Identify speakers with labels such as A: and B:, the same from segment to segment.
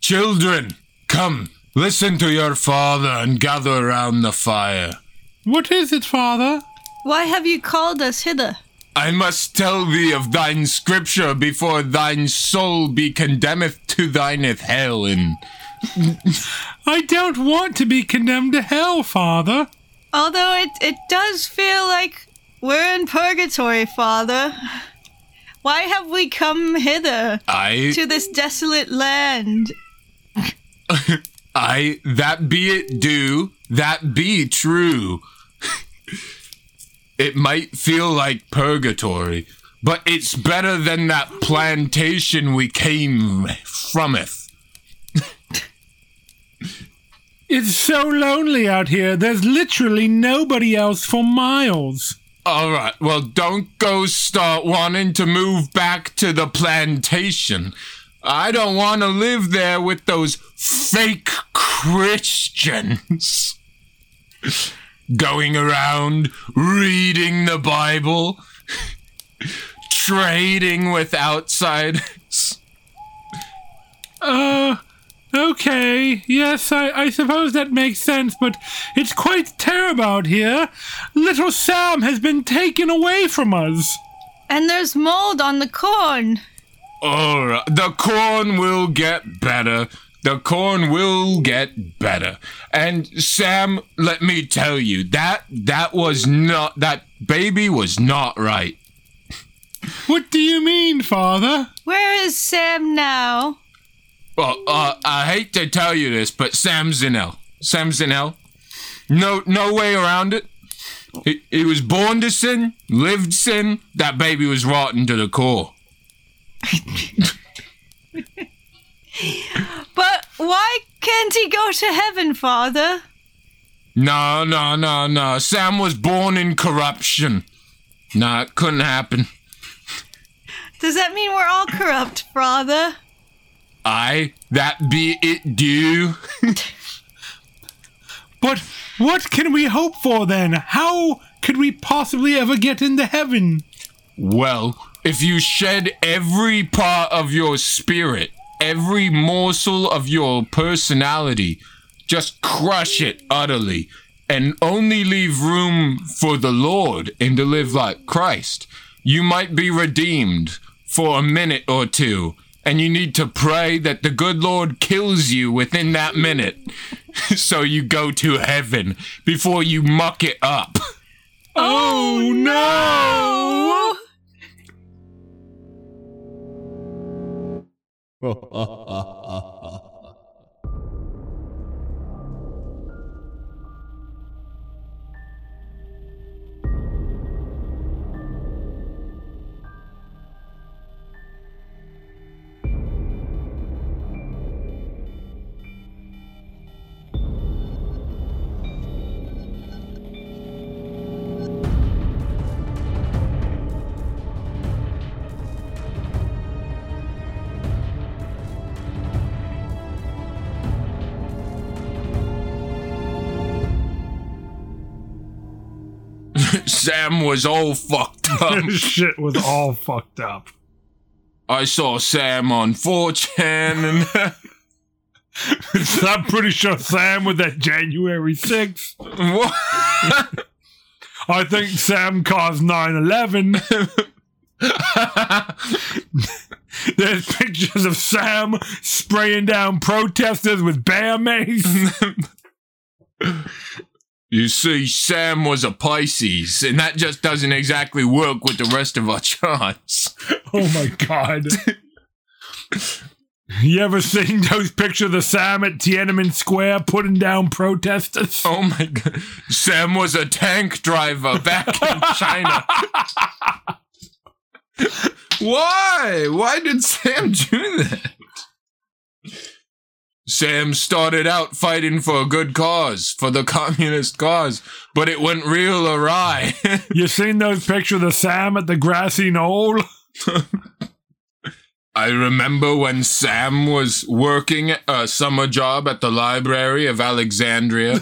A: Children, come, listen to your father and gather round the fire.
B: What is it, father?
C: Why have you called us hither?
A: I must tell thee of thine scripture before thine soul be condemneth to thineth hell in.
B: I don't want to be condemned to hell, father.
C: Although it, it does feel like we're in purgatory, Father. Why have we come hither
A: I,
C: to this desolate land?
A: I, that be it do, that be true. it might feel like purgatory, but it's better than that plantation we came frometh.
B: It's so lonely out here. There's literally nobody else for miles.
A: All right. Well, don't go start wanting to move back to the plantation. I don't want to live there with those fake Christians going around reading the Bible, trading with outsiders.
B: Uh, okay. Yes, I, I suppose that makes sense, but it's quite terrible out here. Little Sam has been taken away from us.
C: And there's mold on the corn.
A: All right. The corn will get better. The corn will get better. And Sam, let me tell you, that that was not that baby was not right.
B: What do you mean, father?
C: Where is Sam now?
A: Well, uh, I hate to tell you this, but Sam Zinel, Sam Zinel, no no way around it. He, he was born to sin, lived sin. That baby was rotten to the core.
C: But why can't he go to heaven, Father?
A: No, no, no, no. Sam was born in corruption. No, it couldn't happen.
C: Does that mean we're all corrupt, Father?
A: I that be it do.
B: But what can we hope for then? How could we possibly ever get into heaven?
A: Well, if you shed every part of your spirit, every morsel of your personality, just crush it utterly, and only leave room for the Lord and to live like Christ, you might be redeemed for a minute or two. And you need to pray that the good Lord kills you within that minute so you go to heaven before you muck it up.
B: Oh, no!
A: Sam was all fucked up.
B: shit was all fucked up.
A: I saw Sam on 4chan
B: I'm pretty sure Sam was at January 6th.
A: and what?
B: I think Sam caused 9 11. There's pictures of Sam spraying down protesters with bear mace.
A: you see, Sam was a Pisces, and that just doesn't exactly work with the rest of our charts.
B: Oh my god. You ever seen those pictures of Sam at Tiananmen Square putting down protesters?
A: Oh my god. Sam was a tank driver back in China. Why? Why did Sam do that? Sam started out fighting for a good cause, for the communist cause, but it went real awry.
B: You seen those pictures of Sam at the grassy knoll?
A: I remember when Sam was working a summer job at the Library of Alexandria.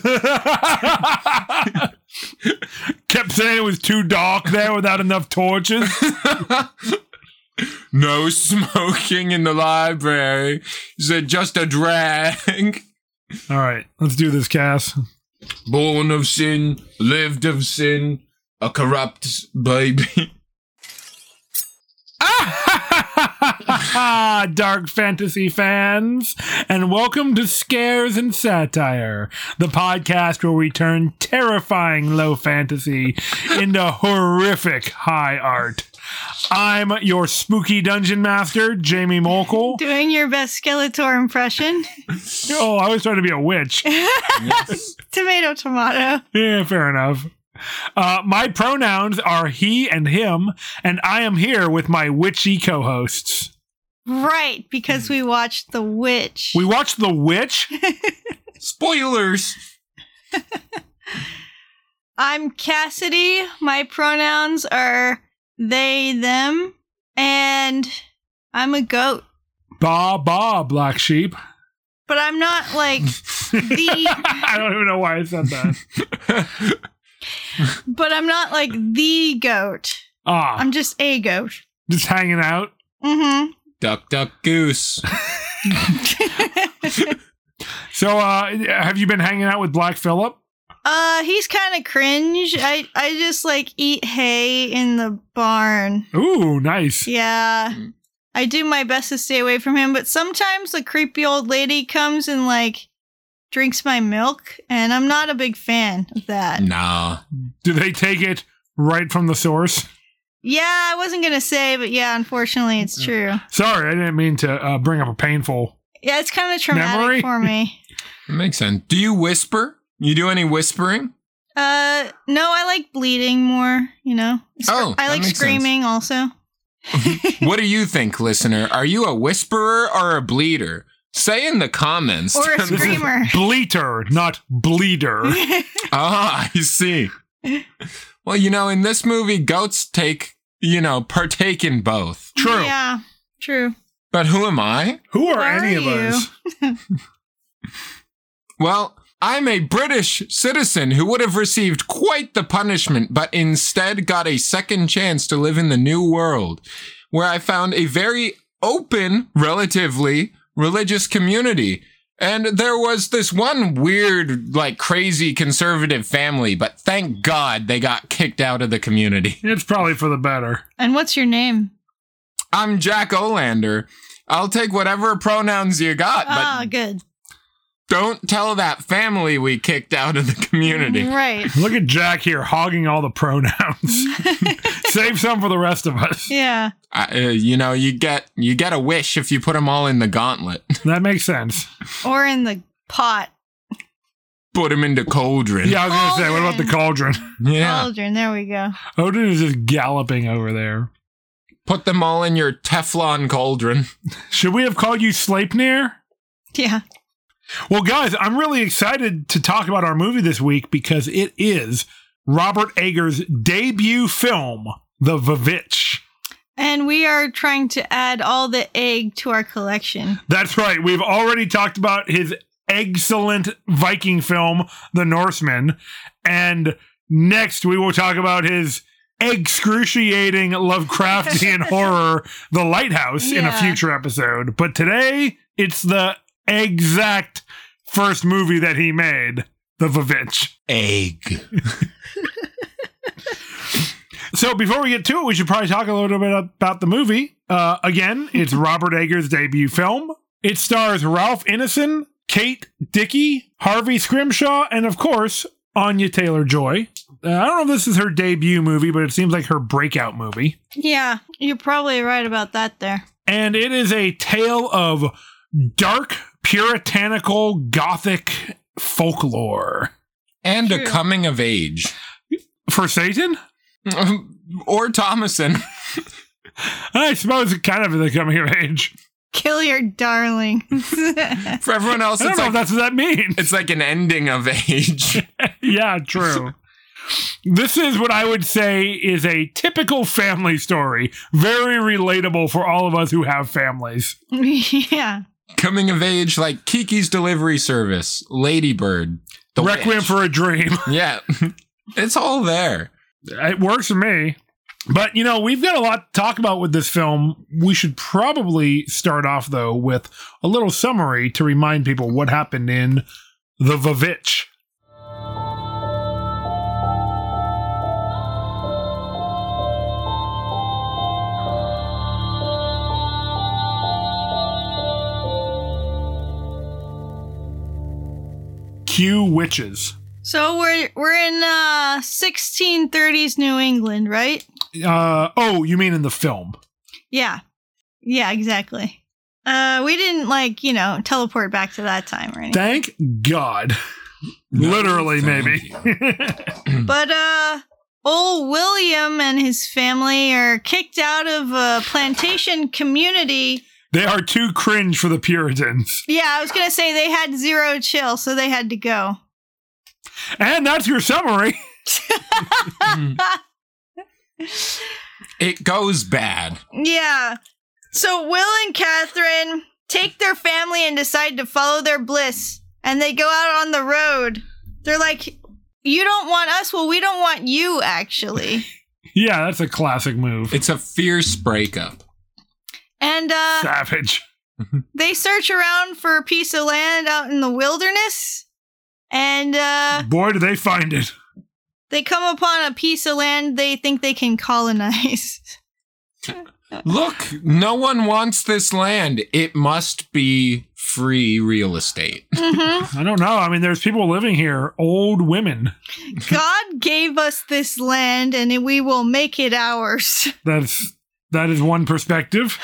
B: Kept saying it was too dark there without enough torches.
A: no smoking in the library. He said, just a drag.
B: All right, let's do this, Cass.
A: Born of sin, lived of sin, a corrupt baby.
B: Dark fantasy fans, and welcome to Scares and Satire, the podcast where we turn terrifying low fantasy into horrific high art. I'm your spooky dungeon master, Jamie Mokel.
C: Doing your best Skeletor impression.
B: Oh, I was trying to be a witch.
C: tomato, tomato.
B: Yeah, fair enough. Uh, my pronouns are he and him, and I am here with my witchy co hosts.
C: Right, because we watched The Witch.
B: We watched The Witch.
A: Spoilers.
C: I'm Cassidy. My pronouns are they, them, and I'm a goat.
B: Ba ba, black sheep.
C: But I'm not like the,
B: I don't even know why I said that.
C: but I'm not like the goat.
B: Ah,
C: I'm just a goat.
B: just hanging out.
C: Mm
A: Duck, duck, goose.
C: hmm.
B: So, uh, have you been hanging out with Black Phillip?
C: uh, he's kind of cringe. I, I just like eat hay in the barn.
B: Ooh, nice.
C: Yeah.
A: Mm.
C: I do my best to stay away from him, but sometimes the creepy old lady comes and like drinks my milk, and I'm not a big fan of that.
A: Nah.
B: Do they take it right from the source?
C: Yeah, I wasn't gonna say, but yeah, unfortunately, it's true.
B: Sorry, I didn't mean to uh, bring up a painful.
C: Yeah, it's kind of traumatic
B: Memory?
C: for me.
A: That makes sense. Do you whisper? You do any whispering?
C: Uh, no, I like bleeding more. You know, Scr-
A: Oh, that
C: I like
A: makes sense.
C: screaming also.
A: What do you think, listener? Are you a whisperer or a bleeder? Say in the comments.
C: Or a
A: This is-
C: Screamer.
B: Bleater, not bleeder.
A: ah, I see. Well, you know, in this movie, goats take, you know, partake in both.
B: True.
C: Yeah, true.
A: But who am I?
B: Who are
C: Who are
B: any of
C: you?
B: us?
A: Well, I'm a British citizen who would have received quite the punishment, but instead got a second chance to live in the new world, where I found a very open, relatively religious community. And there was this one weird, like crazy conservative family, but thank God they got kicked out of the community.
B: It's probably for the better.
C: And what's your name?
A: I'm Jack Olander. I'll take whatever pronouns you got,
C: Ah,
A: but
C: good.
A: don't tell that family we kicked out of the community.
C: Right.
B: Look at Jack here hogging all the pronouns. Save some for the rest of us.
C: Yeah.
A: I- uh, you know, you get you get a wish if you put them all in the gauntlet.
B: That makes sense.
C: Or in the pot.
A: put them into cauldron.
B: Yeah, I was going to say, what about the cauldron?
A: yeah.
C: Cauldron. There we go.
B: Odin is just galloping over there.
A: Put them all in your Teflon cauldron.
B: Should we have called you Sleipnir?
C: Yeah.
B: Well, guys, I'm really excited to talk about our movie this week because it is Robert Eggers' debut film, The Vavitch.
C: And we are trying to add all the egg to our collection.
B: That's right. We've already talked about his excellent Viking film, The Norseman. And next, we will talk about his excruciating Lovecraftian horror, The Lighthouse, in a
C: Yeah.
B: future episode. But today, it's the exact first movie that he made, The Vavitch.
A: Egg.
B: So before we get to it, we should probably talk a little bit about the movie. Uh, again, it's Robert Eggers' debut film. It stars Ralph Ineson, Kate Dickey, Harvey Scrimshaw, and of course Anya Taylor Joy. Uh, I don't know if this is her debut movie, but it seems like her breakout movie.
C: Yeah, you're probably right about that there.
B: And it is a tale of dark, puritanical, gothic folklore
A: And a
C: True.
A: coming of age.
B: for Satan.
A: or Thomason.
B: I suppose it kind of is a coming of age.
C: Kill your darling.
A: For everyone else,
B: I don't
A: it's
B: know if
A: like
B: that's what that means.
A: it's like an ending of age.
B: yeah, true. this is what I would say is a typical family story. Very relatable for all of us who have families.
C: yeah.
A: coming of age, like Kiki's delivery service, Ladybird, the
B: Requiem
A: Witch.
B: for a Dream.
A: Yeah, it's all there.
B: It works for me. But you know, we've got a lot to talk about with this film. We should probably start off though with a little summary to remind people what happened in The Vavitch. Q witches.
C: So we're we're in uh 1630s New England, right?
B: Uh, oh, you mean in the film?
C: Yeah. Yeah, exactly. Uh we didn't like, you know, teleport back to that time or anything.
B: Thank God. Literally,
A: thank
B: maybe.
C: But uh old William and his family are kicked out of a plantation community.
B: they are too cringe for the Puritans.
C: Yeah, I was going to say they had zero chill, so they had to go.
B: And that's your summary.
A: It goes bad.
C: Yeah. So Will and Catherine take their family and decide to follow their bliss, and they go out on the road. They're like, "You don't want us. Well, we don't want you." Actually,
B: Yeah, that's a classic move.
A: It's a fierce breakup.
C: and uh,
B: Savage.
C: they search around for a piece of land out in the wilderness, and uh,
B: Boy, do they find it.
C: they come upon a piece of land they think they can colonize.
A: Look, no one wants this land. It must be free real estate.
C: hmm
B: I don't know. I mean, there's people living here, old women.
C: God gave us this land, and we will make it ours.
B: That's that is one perspective.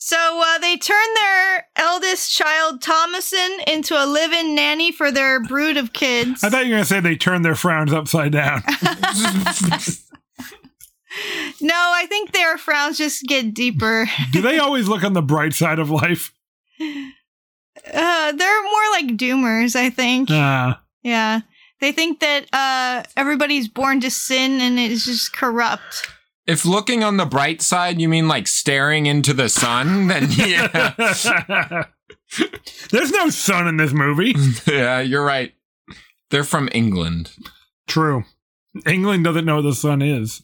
C: So uh, they turned their eldest child, Thomason, into a live in nanny for their brood of kids.
B: I thought you were gonna say they turned their frowns upside down.
C: no, I think their frowns just get deeper.
B: do they always look on the bright side of life?
C: Uh, they're more like doomers, I think.
B: Uh,
C: Yeah. They think that uh, everybody's born to sin and it's just corrupt.
A: if looking on the bright side, you mean like staring into the sun, then yeah.
B: there's no sun in this movie.
A: Mm. yeah, you're right. They're from England.
B: True. England doesn't know what the sun is.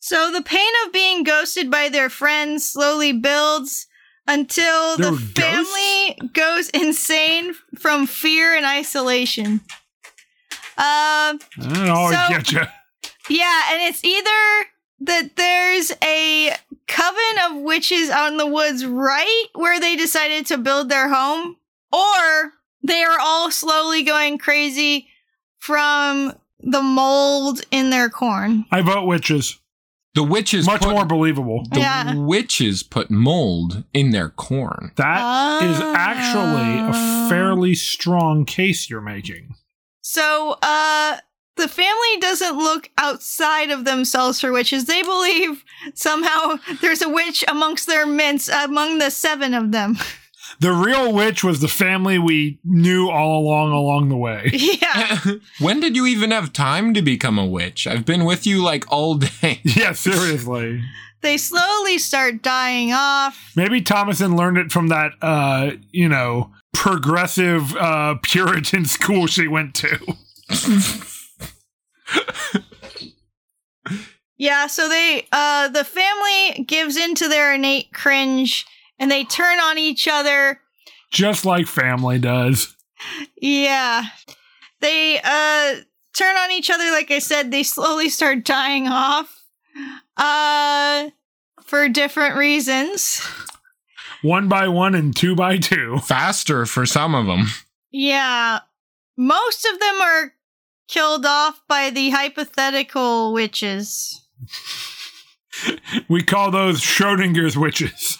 C: So the pain of being ghosted by their friends slowly builds until
B: There
C: the
B: were ghosts?
C: family goes insane from fear and isolation. Um.
B: Oh, I always
C: So-
B: get you.
C: Yeah, and it's either that there's a coven of witches out in the woods right where they decided to build their home, or they are all slowly going crazy from the mold in their corn.
B: I vote witches.
A: The witches
B: Much
A: put,
B: more believable.
A: the
C: Yeah.
A: witches put mold in their corn.
B: That is
C: Oh.
B: actually a fairly strong case you're making.
C: So, uh, the family doesn't look outside of themselves for witches. They believe somehow there's a witch amongst their midst, among the seven of them.
B: The real witch was the family we knew all along along the way.
C: yeah.
A: when did you even have time to become a witch? I've been with you like all day.
B: yeah, seriously.
C: they slowly start dying off.
B: Maybe Thomason learned it from that uh, you know, progressive uh Puritan school she went to.
C: Yeah, so they uh the family gives into their innate cringe and they turn on each other.
B: Just like family does.
C: Yeah. They uh turn on each other like I said, they slowly start dying off. Uh for different reasons.
B: One by one and two by two.
A: Faster for some of them.
C: Yeah. Most of them are killed off by the hypothetical witches.
B: We call those Schrodinger's witches.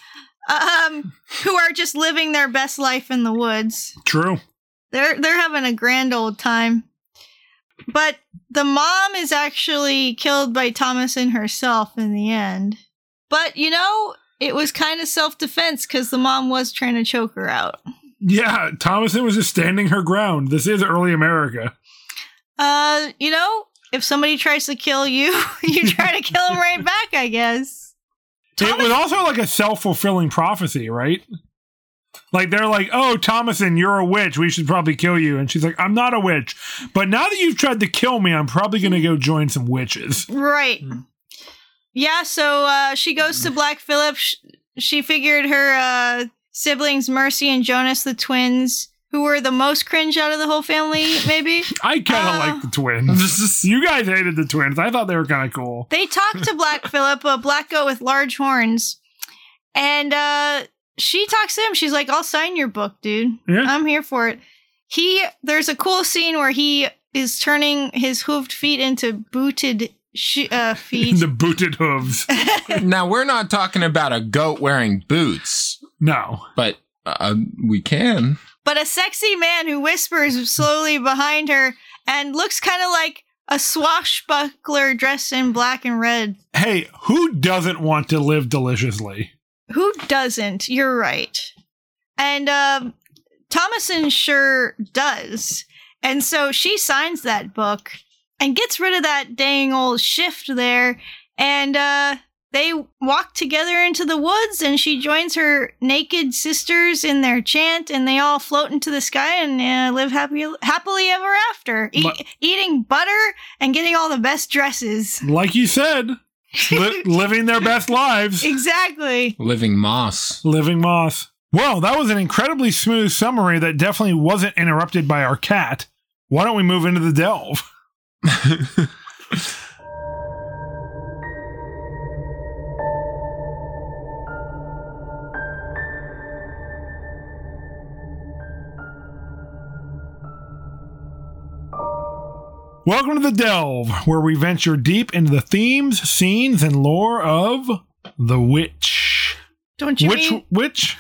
C: Um who are just living their best life in the woods.
B: True.
C: They're they're having a grand old time. But the mom is actually killed by Thomason herself in the end. But you know, it was kind of self defense because the mom was trying to choke her out.
B: Yeah, Thomason was just standing her ground. This is early America.
C: Uh, you know, if somebody tries to kill you, you try to kill them right back, I guess.
B: it was also like a self fulfilling prophecy, right? Like they're like, "Oh, Thomason, you're a witch. We should probably kill you." And she's like, "I'm not a witch, but now that you've tried to kill me, I'm probably going to go join some witches."
C: Right.
D: Mm.
C: Yeah, so uh, she goes to Black Phillip. Sh- She figured her uh, siblings, Mercy and Jonas, the twins, who were the most cringe out of the whole family, maybe.
B: I kind of
C: Uh.
B: like the twins. You guys hated the twins. I thought they were kind of cool.
C: They talked to Black Phillip, a black goat with large horns. And uh, she talks to him. She's like, I'll sign your book, dude.
B: Yeah.
C: I'm here for it. He there's a cool scene where he is turning his hooved feet into booted sh- uh, feet.
B: the booted hooves.
A: Now we're not talking about a goat wearing boots,
B: No.
A: but uh, we can.
C: but a sexy man who whispers slowly behind her and looks kind of like a swashbuckler dressed in black and red.
B: Hey, who doesn't want to live deliciously?
C: Who doesn't? You're right. And um, Thomason sure does. And so she signs that book and gets rid of that dang old shift there. And uh, they walk together into the woods, and she joins her naked sisters in their chant, and they all float into the sky and uh, live happy, happily ever after, eat,
B: Ma-
C: eating butter and getting all the best dresses.
B: Like you said, li- living their best lives.
C: Exactly.
A: Living moss.
B: Living moss. Well, that was an incredibly smooth summary that definitely wasn't interrupted by our cat. Why don't we move into the delve? Welcome to the Delve, where we venture deep into the themes, scenes, and lore of The Witch.
C: Don't you
B: Which
C: mean?
B: which?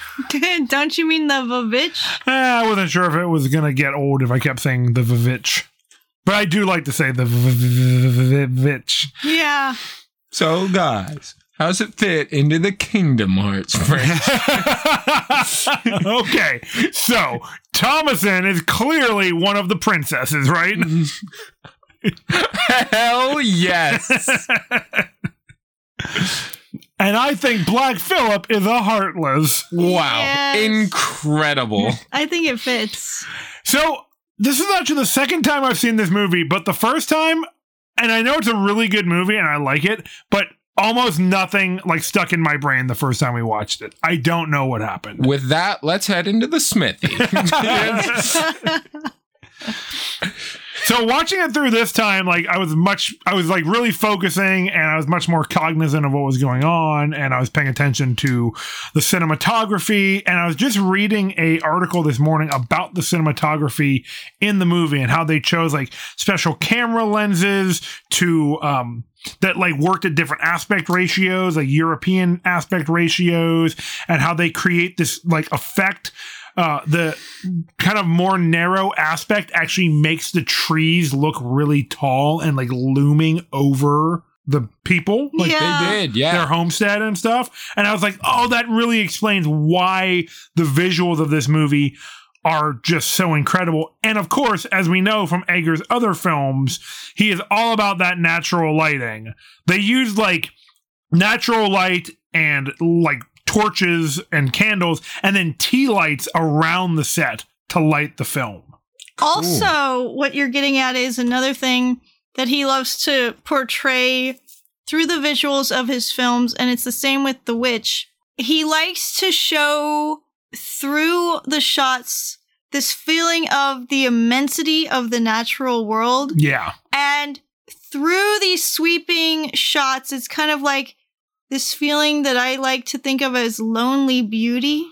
C: don't you mean the Vavitch?
B: Ah, I wasn't sure if it was gonna get old if I kept saying the Vivitch. But I do like to say the Vivitch.
C: Yeah.
A: So, guys, how's it fit into the Kingdom Hearts franchise?
B: okay, so Thomason is clearly one of the princesses, right?
A: Hell yes.
B: And I think Black Phillip is a heartless.
A: Wow.
C: Yes.
A: Incredible.
C: I think it fits.
B: So this is actually the second time I've seen this movie, but the first time, and I know it's a really good movie and I like it, but almost nothing like stuck in my brain the first time we watched it. I don't know what happened.
A: With that, let's head into the smithy.
B: So watching it through this time, like I was much, I was like really focusing, and I was much more cognizant of what was going on, and I was paying attention to the cinematography, and I was just reading a article this morning about the cinematography in the movie and how they chose like special camera lenses to um that like worked at different aspect ratios, like European aspect ratios, and how they create this like effect. Uh, the kind of more narrow aspect actually makes the trees look really tall and like looming over the people, like
A: they
C: yeah.
A: did, yeah.
B: their homestead and stuff. And I was like, oh, that really explains why the visuals of this movie are just so incredible. And of course, as we know from Egger's other films, he is all about that natural lighting. They use like natural light and like torches and candles and then tea lights around the set to light the film.
C: Also, what you're getting at is another thing that he loves to portray through the visuals of his films, and it's the same with The Witch. He likes to show through the shots this feeling of the immensity of the natural world
B: Yeah.
C: And through these sweeping shots, it's kind of like this feeling that I like to think of as lonely beauty.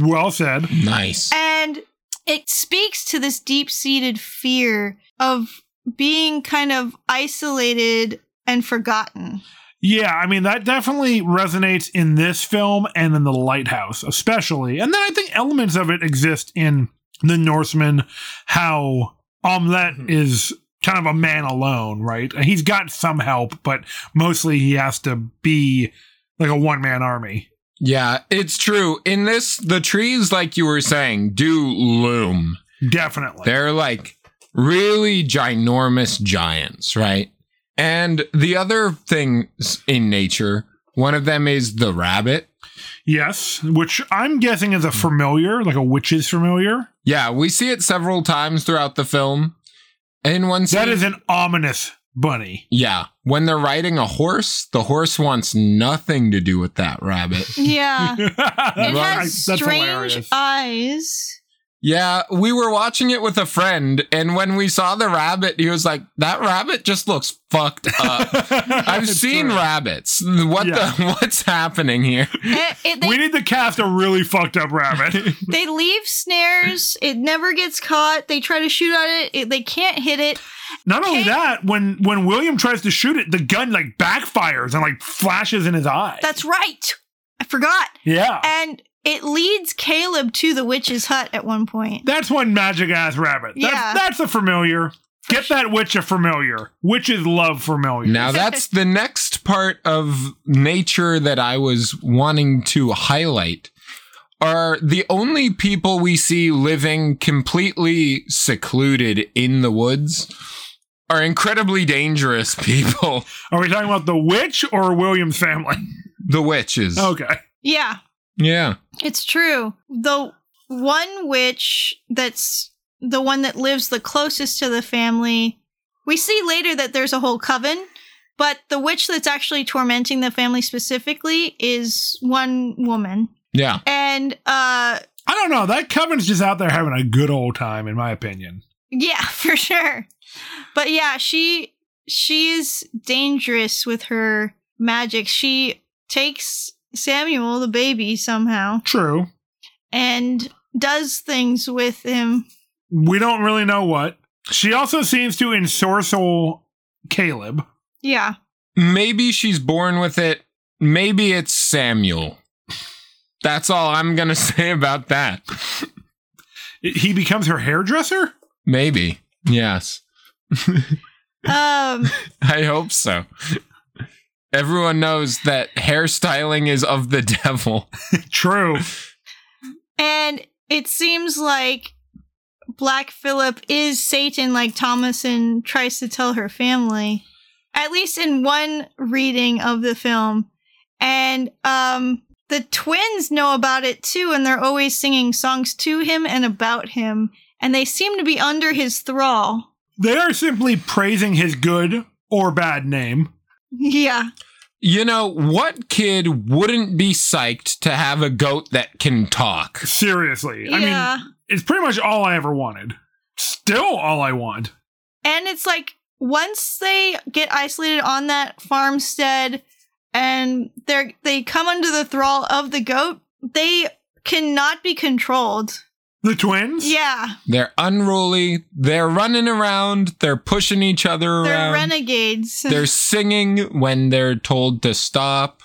B: well said.
A: nice.
C: And it speaks to this deep seated fear of being kind of isolated and forgotten.
B: Yeah, I mean that definitely resonates in this film and in the Lighthouse, especially. And then I think elements of it exist in the Norseman, how Omelette
C: Mm-hmm.
A: Mhm.
B: is kind of a man alone, right? He's got some help, but mostly he has to be like a one man army.
A: Yeah, it's true. In this, the trees, like you were saying, do loom.
B: Definitely.
A: They're like really ginormous giants, right? And the other things in nature, one of them is the rabbit.
B: Yes, which I'm guessing
A: Hmm.
B: is a familiar, like a witch's familiar.
A: Yeah, we see it several times throughout the film. In one scene,
B: That is an ominous bunny.
A: yeah, when they're riding a horse, the horse wants nothing to do with that rabbit.
C: Yeah. It
A: Right.
C: has strange uh, eyes.
A: Yeah, we were watching it with a friend, and when we saw the rabbit, he was like, "That rabbit just looks fucked up." I've
B: It's
A: seen
B: true.
A: rabbits. What
B: Yeah.
A: the? What's happening here?
C: It- it- they,
B: we need to cast a really fucked up rabbit.
C: they leave snares. It never gets caught. They try to shoot at it. it they can't hit it.
B: Not only
C: Okay.
B: that, when when William tries to shoot it, the gun like backfires and like flashes in his eye.
C: That's right. I forgot.
B: yeah.
C: And it leads Caleb to the witch's hut at one point.
B: That's one magic ass rabbit. That's,
C: Yeah.
B: that's a familiar. Get that witch a familiar. Witches love familiar.
A: Now that's the next part of nature that I was wanting to highlight. Are the only people we see living completely secluded in the woods are incredibly dangerous people,
B: Are we talking about the witch or William's family?
A: the witches.
B: Okay.
C: Yeah,
A: Yeah.
C: it's true. The one witch that's the one that lives the closest to the family. We see later that there's a whole coven, but the witch that's actually tormenting the family specifically is one woman.
A: Yeah.
C: And uh
B: I don't know. That coven's just out there having a good old time, in my opinion.
C: Yeah, for sure. But yeah, she she's dangerous with her magic. She takes Samuel, the baby, somehow,
B: True.
C: and does things with him.
B: We don't really know what. She also seems to ensorcel Caleb.
C: Yeah.
A: maybe she's born with it. Maybe it's Samuel. That's all I'm going to say about that.
B: He becomes her hairdresser?
A: Maybe. Yes.
C: Um
A: I hope so. Everyone knows that hairstyling is of the devil.
B: True.
C: and it seems like Black Phillip is Satan like Thomason tries to tell her family. At least in one reading of the film. And um the twins know about it too and they're always singing songs to him and about him and they seem to be under his thrall.
B: They are simply praising his good or bad name.
C: Yeah.
A: You know, what kid wouldn't be psyched to have a goat that can talk?
B: Seriously. I mean,
C: yeah.
B: it's pretty much all I ever wanted. Still all I want.
C: And it's like once they get isolated on that farmstead and they're they come under the thrall of the goat, they cannot be controlled.
B: The twins?
C: Yeah.
A: They're unruly, they're running around, they're pushing each other
C: They're
A: around.
C: renegades.
A: They're singing when they're told to stop.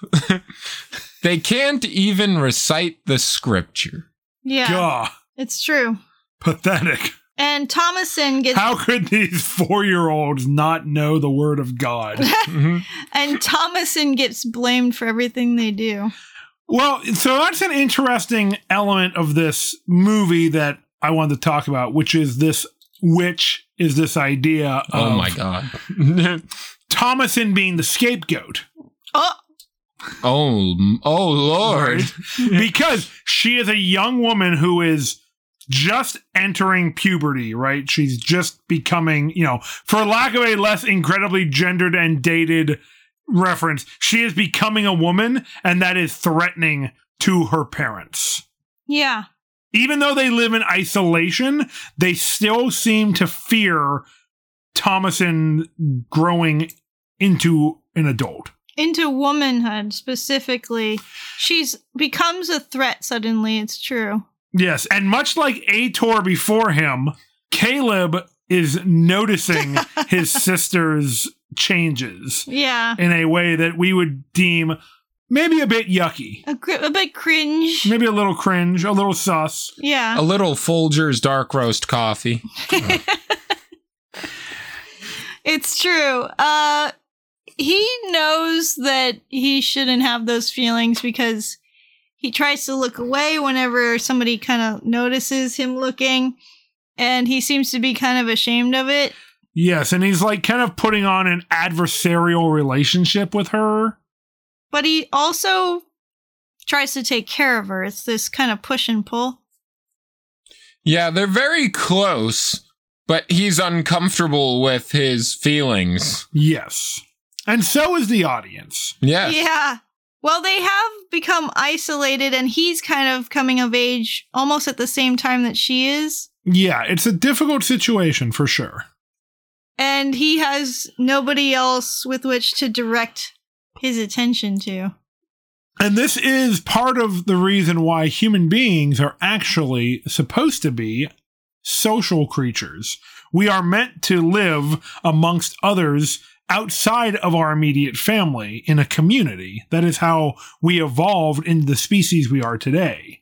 A: they can't even recite the scripture.
C: yeah.
B: Gah.
C: It's true.
B: Pathetic.
C: And Thomason gets
B: How could these four year olds not know the word of God?
A: Mhm.
C: and Thomason gets blamed for everything they do.
B: Well, so that's an interesting element of this movie that I wanted to talk about, which is this which is this idea of
A: Oh my god.
B: Thomason being the scapegoat.
C: Oh,
A: Oh, m- oh lord.
B: because she is a young woman who is just entering puberty, right? She's just becoming, you know, for lack of a less incredibly gendered and dated reference, she is becoming a woman, and that is threatening to her parents.
C: yeah.
B: Even though they live in isolation, they still seem to fear Thomason growing into an adult.
C: Into womanhood specifically. She's becomes a threat suddenly, it's true.
B: Yes, and much like Ator before him, Caleb is noticing his sister's changes
C: Yeah.
B: in a way that we would deem maybe a bit yucky,
C: A, gri- a bit cringe.
B: maybe a little cringe, a little sus.
C: Yeah.
A: A little Folgers dark roast coffee.
C: It's true. Uh he knows that he shouldn't have those feelings because he tries to look away whenever somebody kind of notices him looking and he seems to be kind of ashamed of it.
B: Yes, and he's like kind of putting on an adversarial relationship with her.
C: But he also tries to take care of her. It's this kind of push and pull.
A: Yeah, they're very close, but he's uncomfortable with his feelings.
B: Yes. And so is the audience.
A: Yes.
C: Yeah. Well, they have become isolated, and he's kind of coming of age almost at the same time that she is.
B: Yeah, it's a difficult situation for sure.
C: And he has nobody else with which to direct his attention to.
B: And this is part of the reason why human beings are actually supposed to be social creatures. We are meant to live amongst others outside of our immediate family in a community. That is how we evolved into the species we are today.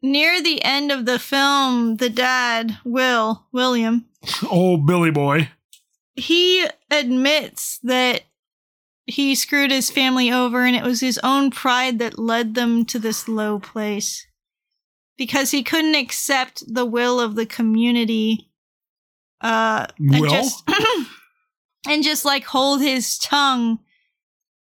C: Near the end of the film, the dad, Will, William,
B: Old Billy Boy.
C: he admits that he screwed his family over and it was his own pride that led them to this low place because he couldn't accept the will of the community uh and
B: Will?
C: just and just like hold his tongue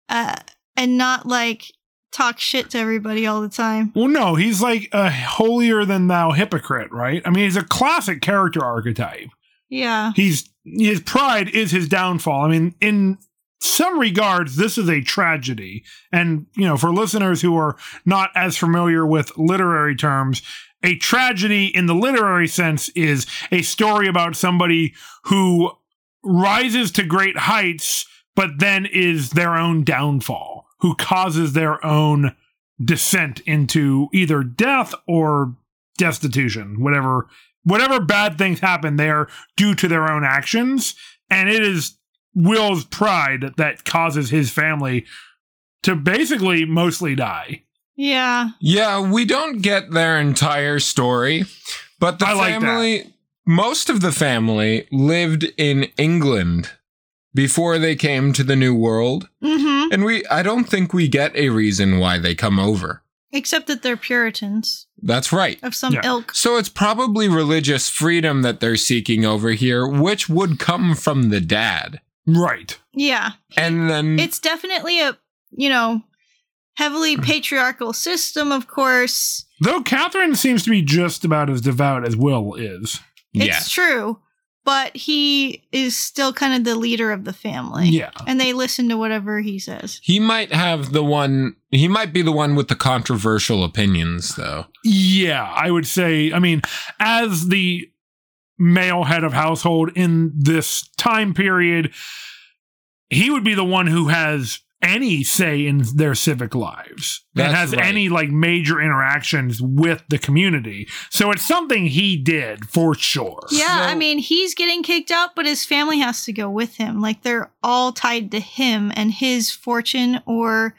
C: uh and not like talk shit to everybody all the time
B: Well, no, he's like a holier than thou hypocrite, right? I mean, he's a classic character archetype.
C: yeah
B: He's his pride is his downfall. I mean, in some regards, this is a tragedy. And you know, for listeners who are not as familiar with literary terms, a tragedy in the literary sense is a story about somebody who rises to great heights, but then is their own downfall, who causes their own descent into either death or destitution, whatever whatever bad things happen, they are due to their own actions. And it is Will's pride that causes his family to basically mostly die.
C: yeah
A: Yeah, we don't get their entire story, but the
B: I like that.
A: family, most of the family lived in England before they came to the New World,
C: mm-hmm
A: and we I don't think we get a reason why they come over.
C: except that they're puritans
A: That's right.
C: of some
B: Yeah.
C: ilk
A: So it's probably religious freedom that they're seeking over here, which would come from the dad.
B: Right.
C: yeah
A: And then
B: Mm.
C: it's definitely a you know heavily
B: Mm.
C: patriarchal system of course
B: Though Catherine seems to be just about as devout as Will is.
C: it's
A: yeah.
C: true but he is still kind of the leader of the family
B: Yeah.
C: and they listen to whatever he says
A: He might have the one he might be the one with the controversial opinions though.
B: Yeah, I would say, I mean, as the male head of household in this time period, he would be the one who has any say in their civic lives and
A: That's
B: has
A: right.
B: any like major interactions with the community. So it's something he did for sure.
C: yeah
A: So-
C: i mean he's getting kicked out but his family has to go with him like they're all tied to him and his fortune or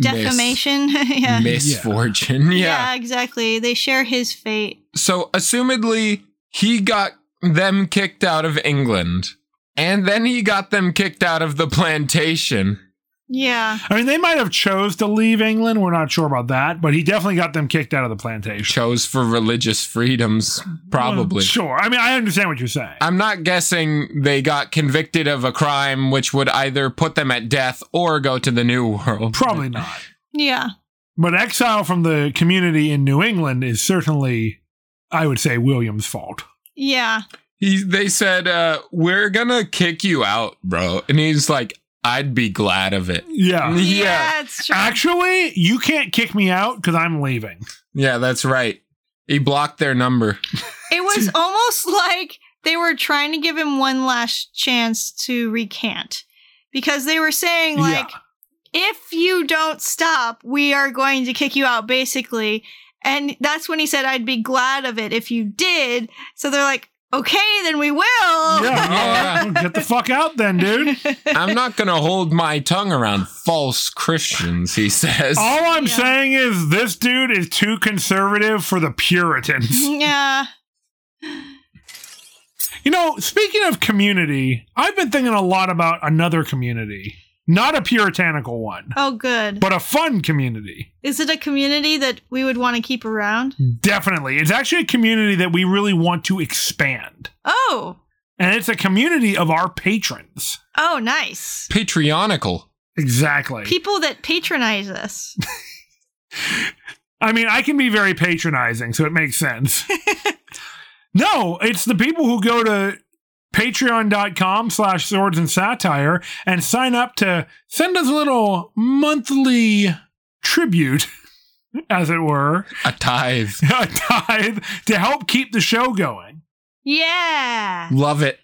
C: defamation yeah.
A: Mis- misfortune. yeah.
C: yeah exactly they share his fate
A: So, assumedly, he got them kicked out of England, and then he got them kicked out of the plantation.
C: yeah
B: I mean, they might have chose to leave England. We're not sure about that, but he definitely got them kicked out of the plantation.
A: Chose for religious freedoms, probably.
B: Sure. I mean, I understand what you're saying.
A: I'm not guessing they got convicted of a crime which would either put them at death or go to the New World.
B: Probably not.
C: yeah
B: But exile from the community in New England is certainly, I would say, William's fault.
C: yeah
A: He, they said, uh, We're gonna kick you out, bro. And he's like, I'd be glad of it.
B: Yeah.
C: yeah it's true
B: Actually, you can't kick me out because I'm leaving.
A: Yeah, that's right. He blocked their number.
C: It was almost like they were trying to give him one last chance to recant because they were saying,
B: Yeah.
C: like, if you don't stop, we are going to kick you out, basically. And that's when he said, I'd be glad of it if you did. So they're like, okay, then we will.
B: Yeah. all right, Get the fuck out then, dude.
A: I'm not going to hold my tongue around false Christians, he says.
B: All I'm
C: Yeah.
B: saying is this dude is too conservative for the Puritans.
C: yeah.
B: You know, speaking of community, I've been thinking a lot about another community. Not a puritanical one,
C: Oh, good.
B: but a fun community.
C: Is it a community that we would want to keep around?
B: Hmm. Definitely. It's actually a community that we really want to expand.
C: Oh.
B: and it's a community of our patrons.
C: Oh, nice.
A: Patrionical.
B: Exactly.
C: People that patronize us.
B: I mean, I can be very patronizing, so it makes sense. no, it's the people who go to patreon.com slash swords and satire and sign up to send us a little monthly tribute, as it were,
A: A tithe.
B: a tithe to help keep the show going.
C: Yeah.
A: Love it.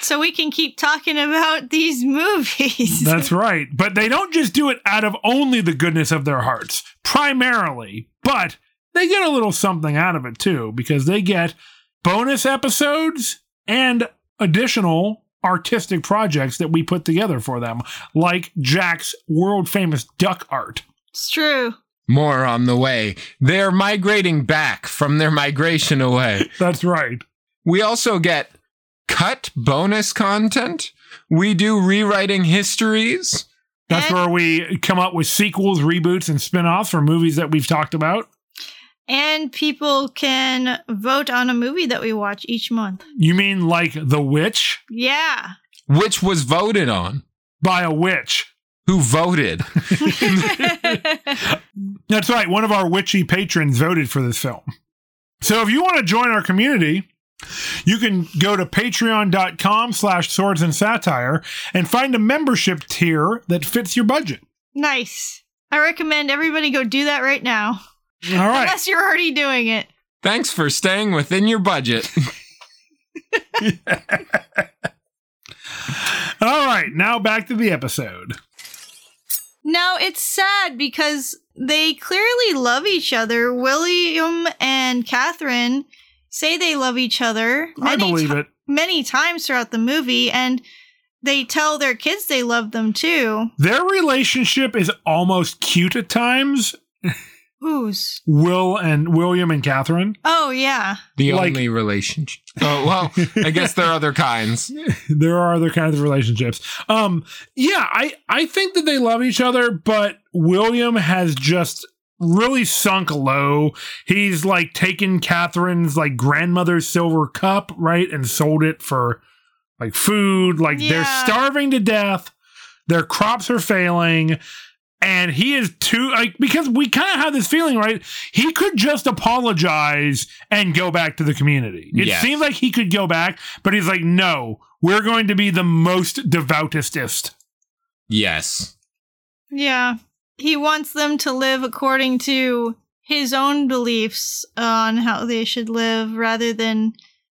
C: So we can keep talking about these movies.
B: That's right. But they don't just do it out of only the goodness of their hearts, primarily, but they get a little something out of it too, because they get bonus episodes and additional artistic projects that we put together for them, like Jack's world famous duck art.
C: it's true.
A: More on the way. They're migrating back from their migration away.
B: That's right.
A: We also get cut bonus content. We do rewriting histories.
B: That's where we come up with sequels, reboots, and spin offs for movies that we've talked about.
C: And people can vote on a movie that we watch each month.
B: You mean like The Witch
C: Yeah.
A: which was voted on.
B: by a witch?
A: Who voted?
B: That's right. One of our witchy patrons voted for this film. So if you want to join our community, you can go to patreon.com slash swords and satire and find a membership tier that fits your budget.
C: nice. I recommend everybody go do that right now.
B: All right.
C: Unless you're already doing it.
A: Thanks for staying within your budget.
B: All right. Now back to the episode.
C: No, it's sad because they clearly love each other. William and Catherine say they love each other
B: I
C: many
B: believe
C: ti-
B: it.
C: many times throughout the movie, and they tell their kids they love them too.
B: Their relationship is almost cute at times.
C: Who's?
B: Will and William and Catherine.
C: Oh yeah,
A: The
B: Like-
A: only relationship. Oh, well, I guess there are other kinds.
B: there are other kinds of relationships. Um, yeah, I I think that they love each other, but William has just really sunk low. He's like taken Catherine's like grandmother's silver cup, right, and sold it for like food. Like they're
C: Yeah.
B: starving to death. Their crops are failing. And he is too like because we kind of have this feeling, right? He could just apologize and go back to the community. It
A: Yes.
B: seems like he could go back, but he's like, no, we're going to be the most devoutestest.
A: Yes.
C: yeah. He wants them to live according to his own beliefs on how they should live, rather than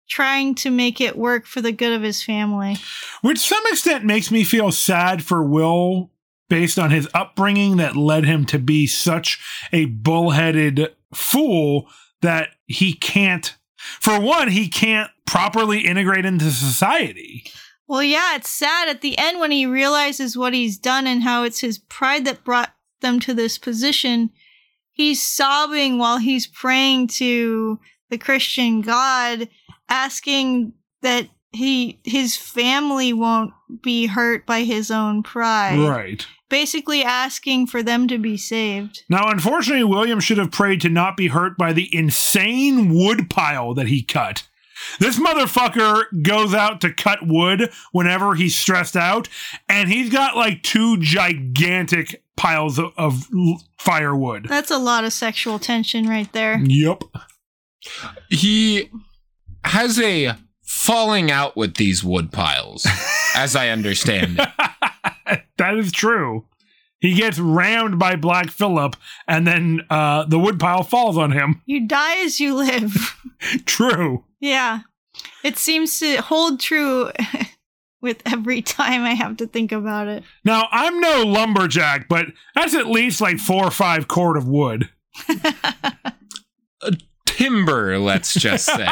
C: trying to make it work for the good of his family.
B: Which to some extent makes me feel sad for Will based on his upbringing that led him to be such a bullheaded fool that he can't for one, he can't properly integrate into society.
C: Well, yeah, it's sad at the end when he realizes what he's done and how it's his pride that brought them to this position. He's sobbing while he's praying to the Christian God, asking that he his family won't be hurt by his own pride.
B: Right.
C: Basically asking for them to be saved.
B: Now, unfortunately, William should have prayed to not be hurt by the insane wood pile that he cut. This motherfucker goes out to cut wood whenever he's stressed out, and he's got like two gigantic piles of, of l- firewood.
C: That's a lot of sexual tension right there.
B: Yep.
A: He has a falling out with these wood piles, as I understand it.
B: that is true. He gets rammed by Black Phillip, and then uh, the wood pile falls on him.
C: You die as you live.
B: True.
C: Yeah. It seems to hold true with every time I have to think about it.
B: Now, I'm no lumberjack, but that's at least like four or five cord of wood.
A: Timber, let's just say.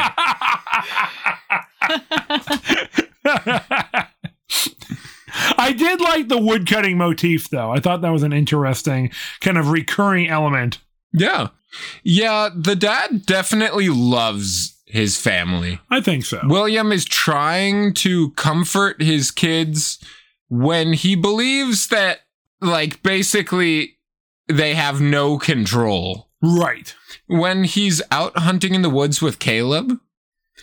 B: I did like the wood cutting motif, though. I thought that was an interesting kind of recurring element.
A: Yeah. Yeah, the dad definitely loves his family.
B: I think so.
A: William is trying to comfort his kids when he believes that, like, basically they have no control.
B: right.
A: When he's out hunting in the woods with Caleb,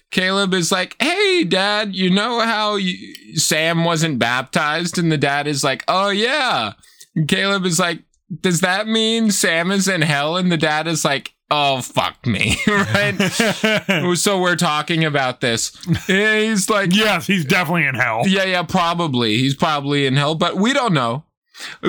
A: Caleb is like, Hey, dad, you know how you- Sam wasn't baptized? And the dad is like, Oh, yeah. And Caleb is like, does that mean Sam is in hell and the dad is like, oh, fuck me, right? so we're talking about this. He's like,
B: yes, he's definitely in hell.
A: yeah, yeah, probably. He's probably in hell, but we don't know.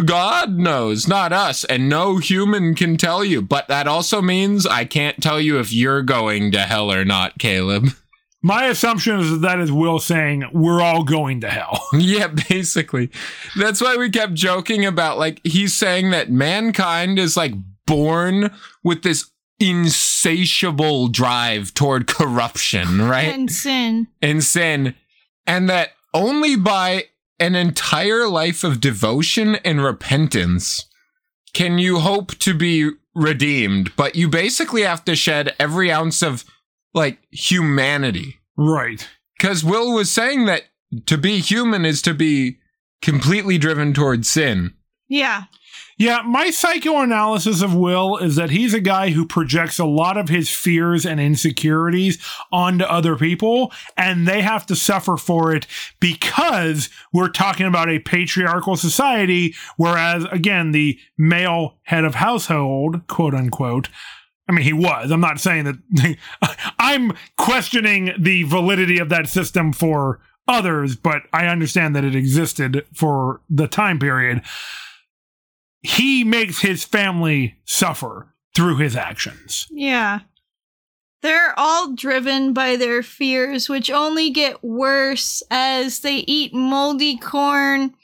A: God knows, not us, and no human can tell you. But that also means I can't tell you if you're going to hell or not, Caleb.
B: My assumption is that, that is Will saying we're all going to hell.
A: yeah, basically. That's why we kept joking about like he's saying that mankind is like born with this insatiable drive toward corruption, right?
C: and sin.
A: and sin, and that only by an entire life of devotion and repentance can you hope to be redeemed. But you basically have to shed every ounce of like humanity.
B: Right.
A: Because Will was saying that to be human is to be completely driven toward sin.
C: Yeah.
B: Yeah, my psychoanalysis of Will is that he's a guy who projects a lot of his fears and insecurities onto other people, and they have to suffer for it because we're talking about a patriarchal society, whereas, again, the male head of household, quote unquote, I mean, he was. I'm not saying that. I'm questioning the validity of that system for others, but I understand that it existed for the time period he makes his family suffer through his actions.
C: Yeah. They're all driven by their fears, which only get worse as they eat moldy corn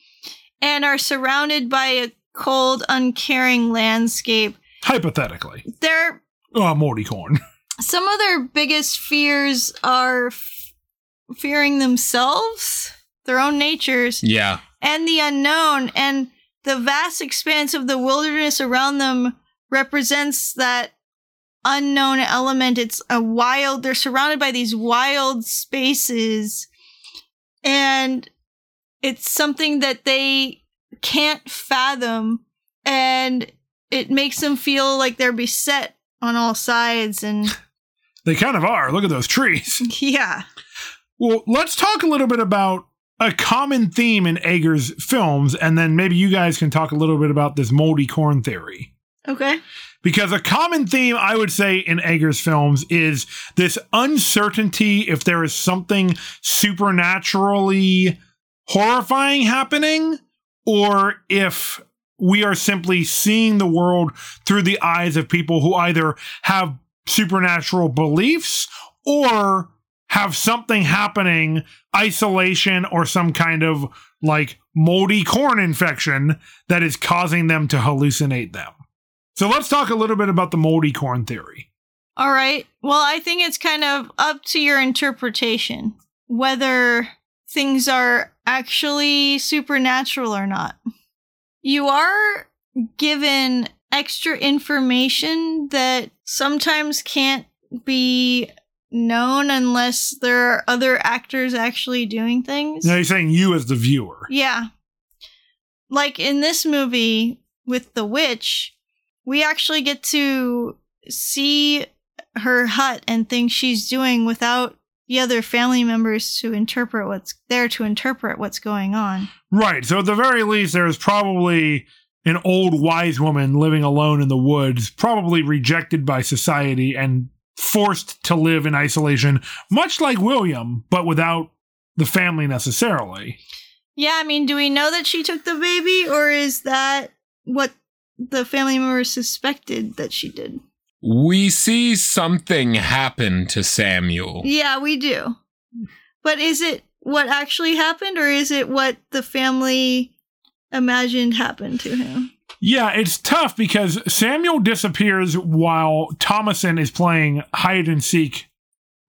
C: and are surrounded by a cold, uncaring landscape.
B: Hypothetically.
C: They're
B: Oh, moldy corn.
C: some of their biggest fears are f- fearing themselves, their own natures,
A: Yeah.
C: and the unknown. And the vast expanse of the wilderness around them represents that unknown element. It's a wild, they're surrounded by these wild spaces. And it's something that they can't fathom. And it makes them feel like they're beset on all sides. And
B: They kind of are. Look at those trees.
C: yeah.
B: Well, let's talk a little bit about a common theme in Eger's films, and then maybe you guys can talk a little bit about this moldy corn theory.
C: Okay.
B: Because a common theme, I would say, in Eggers films is this uncertainty if there is something supernaturally horrifying happening or if we are simply seeing the world through the eyes of people who either have supernatural beliefs or have something happening, isolation, or some kind of like moldy corn infection that is causing them to hallucinate them. So let's talk a little bit about the moldy corn theory.
C: All right. Well, I think it's kind of up to your interpretation whether things are actually supernatural or not. You are given extra information that sometimes can't be known unless there are other actors actually doing things.
B: Now you're saying you as the viewer.
C: Yeah. Like in this movie with the witch, we actually get to see her hut and things she's doing without the other family members to interpret what's there to interpret what's going on.
B: Right. So at the very least, there's probably an old wise woman living alone in the woods, probably rejected by society and forced to live in isolation, much like William, but without the family necessarily.
C: Yeah, I mean, do we know that she took the baby or is that what the family members suspected that she did?
A: We see something happen to Samuel.
C: Yeah, we do. But is it what actually happened or is it what the family imagined happened to him?
B: Yeah, it's tough because Samuel disappears while Thomason is playing hide and seek,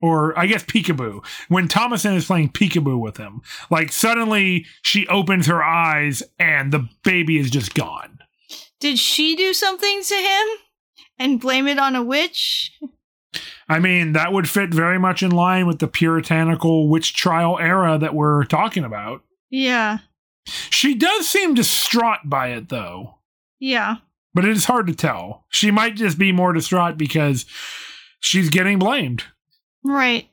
B: or I guess peekaboo. When Thomason is playing peekaboo with him, like suddenly she opens her eyes and the baby is just gone.
C: Did she do something to him and blame it on a witch?
B: I mean, that would fit very much in line with the puritanical witch trial era that we're talking about.
C: Yeah.
B: She does seem distraught by it, though.
C: Yeah.
B: But it is hard to tell. She might just be more distraught because she's getting blamed.
C: Right.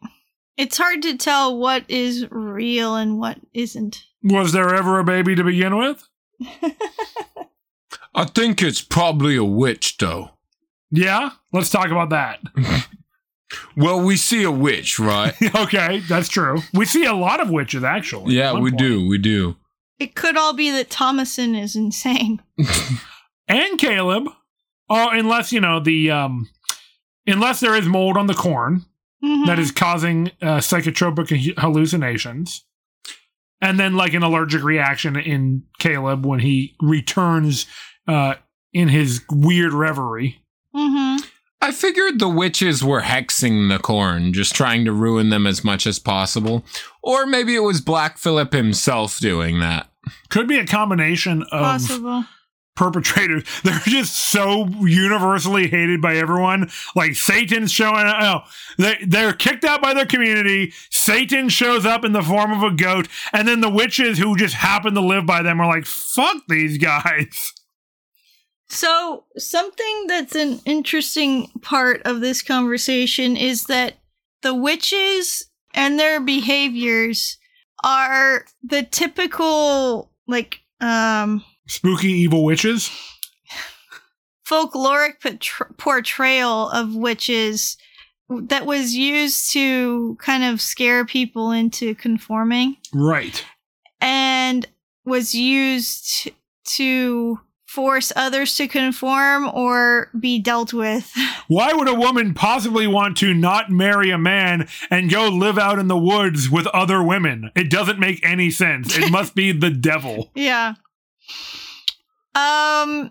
C: It's hard to tell what is real and what isn't.
B: Was there ever a baby to begin with?
A: I think it's probably a witch, though.
B: Yeah, let's talk about that.
A: Well, we see a witch, right?
B: okay, that's true. We see a lot of witches actually.
A: yeah,
B: at one
A: we
B: point.
A: do. We do.
C: It could all be that Thomason is insane.
B: And Caleb, oh, unless you know the um, unless there is mold on the corn
C: Mhm.
B: that is causing uh, psychotropic hallucinations, and then like an allergic reaction in Caleb when he returns uh, in his weird reverie. um,
C: Mhm.
A: I figured the witches were hexing the corn, just trying to ruin them as much as possible. Or maybe it was Black Phillip himself doing that.
B: Could be a combination of
C: Possible.
B: perpetrators. They're just so universally hated by everyone. Like Satan's showing up. Oh, they, they're kicked out by their community. Satan shows up in the form of a goat. And then the witches who just happen to live by them are like, fuck these guys.
C: So, something that's an interesting part of this conversation is that the witches and their behaviors are the typical, like, um,
B: Spooky evil witches.
C: folkloric portr portrayal of witches that was used to kind of scare people into conforming
B: Right.
C: and was used to force others to conform or be dealt with.
B: Why would a woman possibly want to not marry a man and go live out in the woods with other women? It doesn't make any sense. It must be the devil.
C: Yeah. Um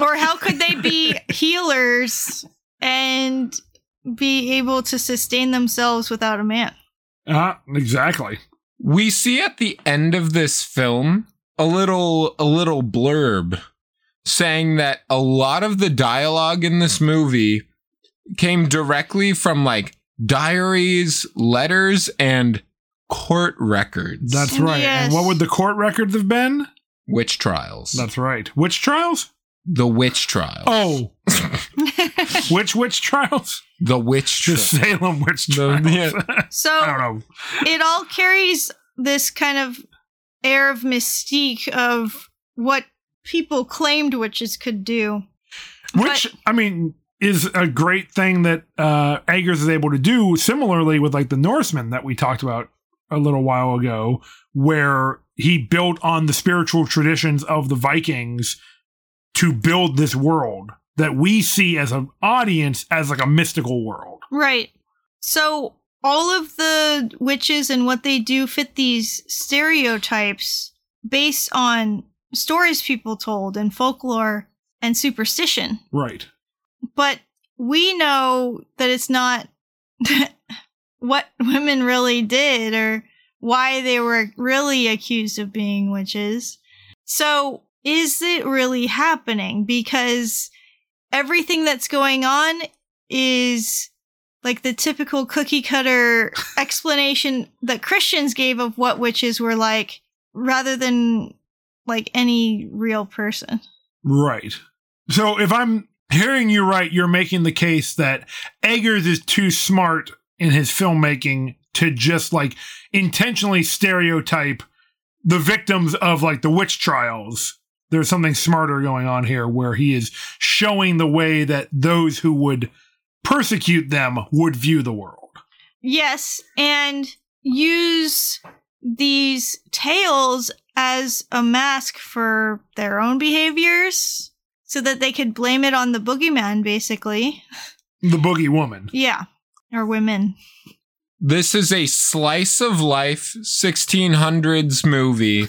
C: or how could they be healers and be able to sustain themselves without a man?
B: Uh, exactly.
A: We see at the end of this film a little a little blurb saying that a lot of the dialogue in this movie came directly from like diaries, letters and court records.
B: That's right. And what
C: Yes.
B: would the court records have been?
A: witch trials.
B: That's right. Witch trials?
A: the witch trials.
B: Oh, which witch trials?
A: the witch
B: The
A: trials.
B: Salem witch
A: The-
B: trials. I
C: so
B: don't know.
C: it all carries this kind of air of mystique of what people claimed witches could do.
B: Which I mean is a great thing that uh Eggers is able to do similarly with like the Norseman that we talked about a little while ago where he built on the spiritual traditions of the Vikings to build this world that we see as an audience as like a mystical world.
C: Right. So all of the witches and what they do fit these stereotypes based on stories people told and folklore and superstition.
B: Right.
C: But we know that it's not what women really did or why they were really accused of being witches. So is it really happening? Because everything that's going on is like the typical cookie cutter explanation that Christians gave of what witches were like rather than like any real person.
B: Right. So if I'm hearing you right, you're making the case that Eggers is too smart in his filmmaking to just like intentionally stereotype the victims of like the witch trials. There's something smarter going on here where he is showing the way that those who would persecute them would view the world.
C: Yes, and use these tails as a mask for their own behaviors so that they could blame it on the boogeyman, basically.
B: The boogie woman.
C: Yeah, or women.
A: This is a slice of life 1600s movie.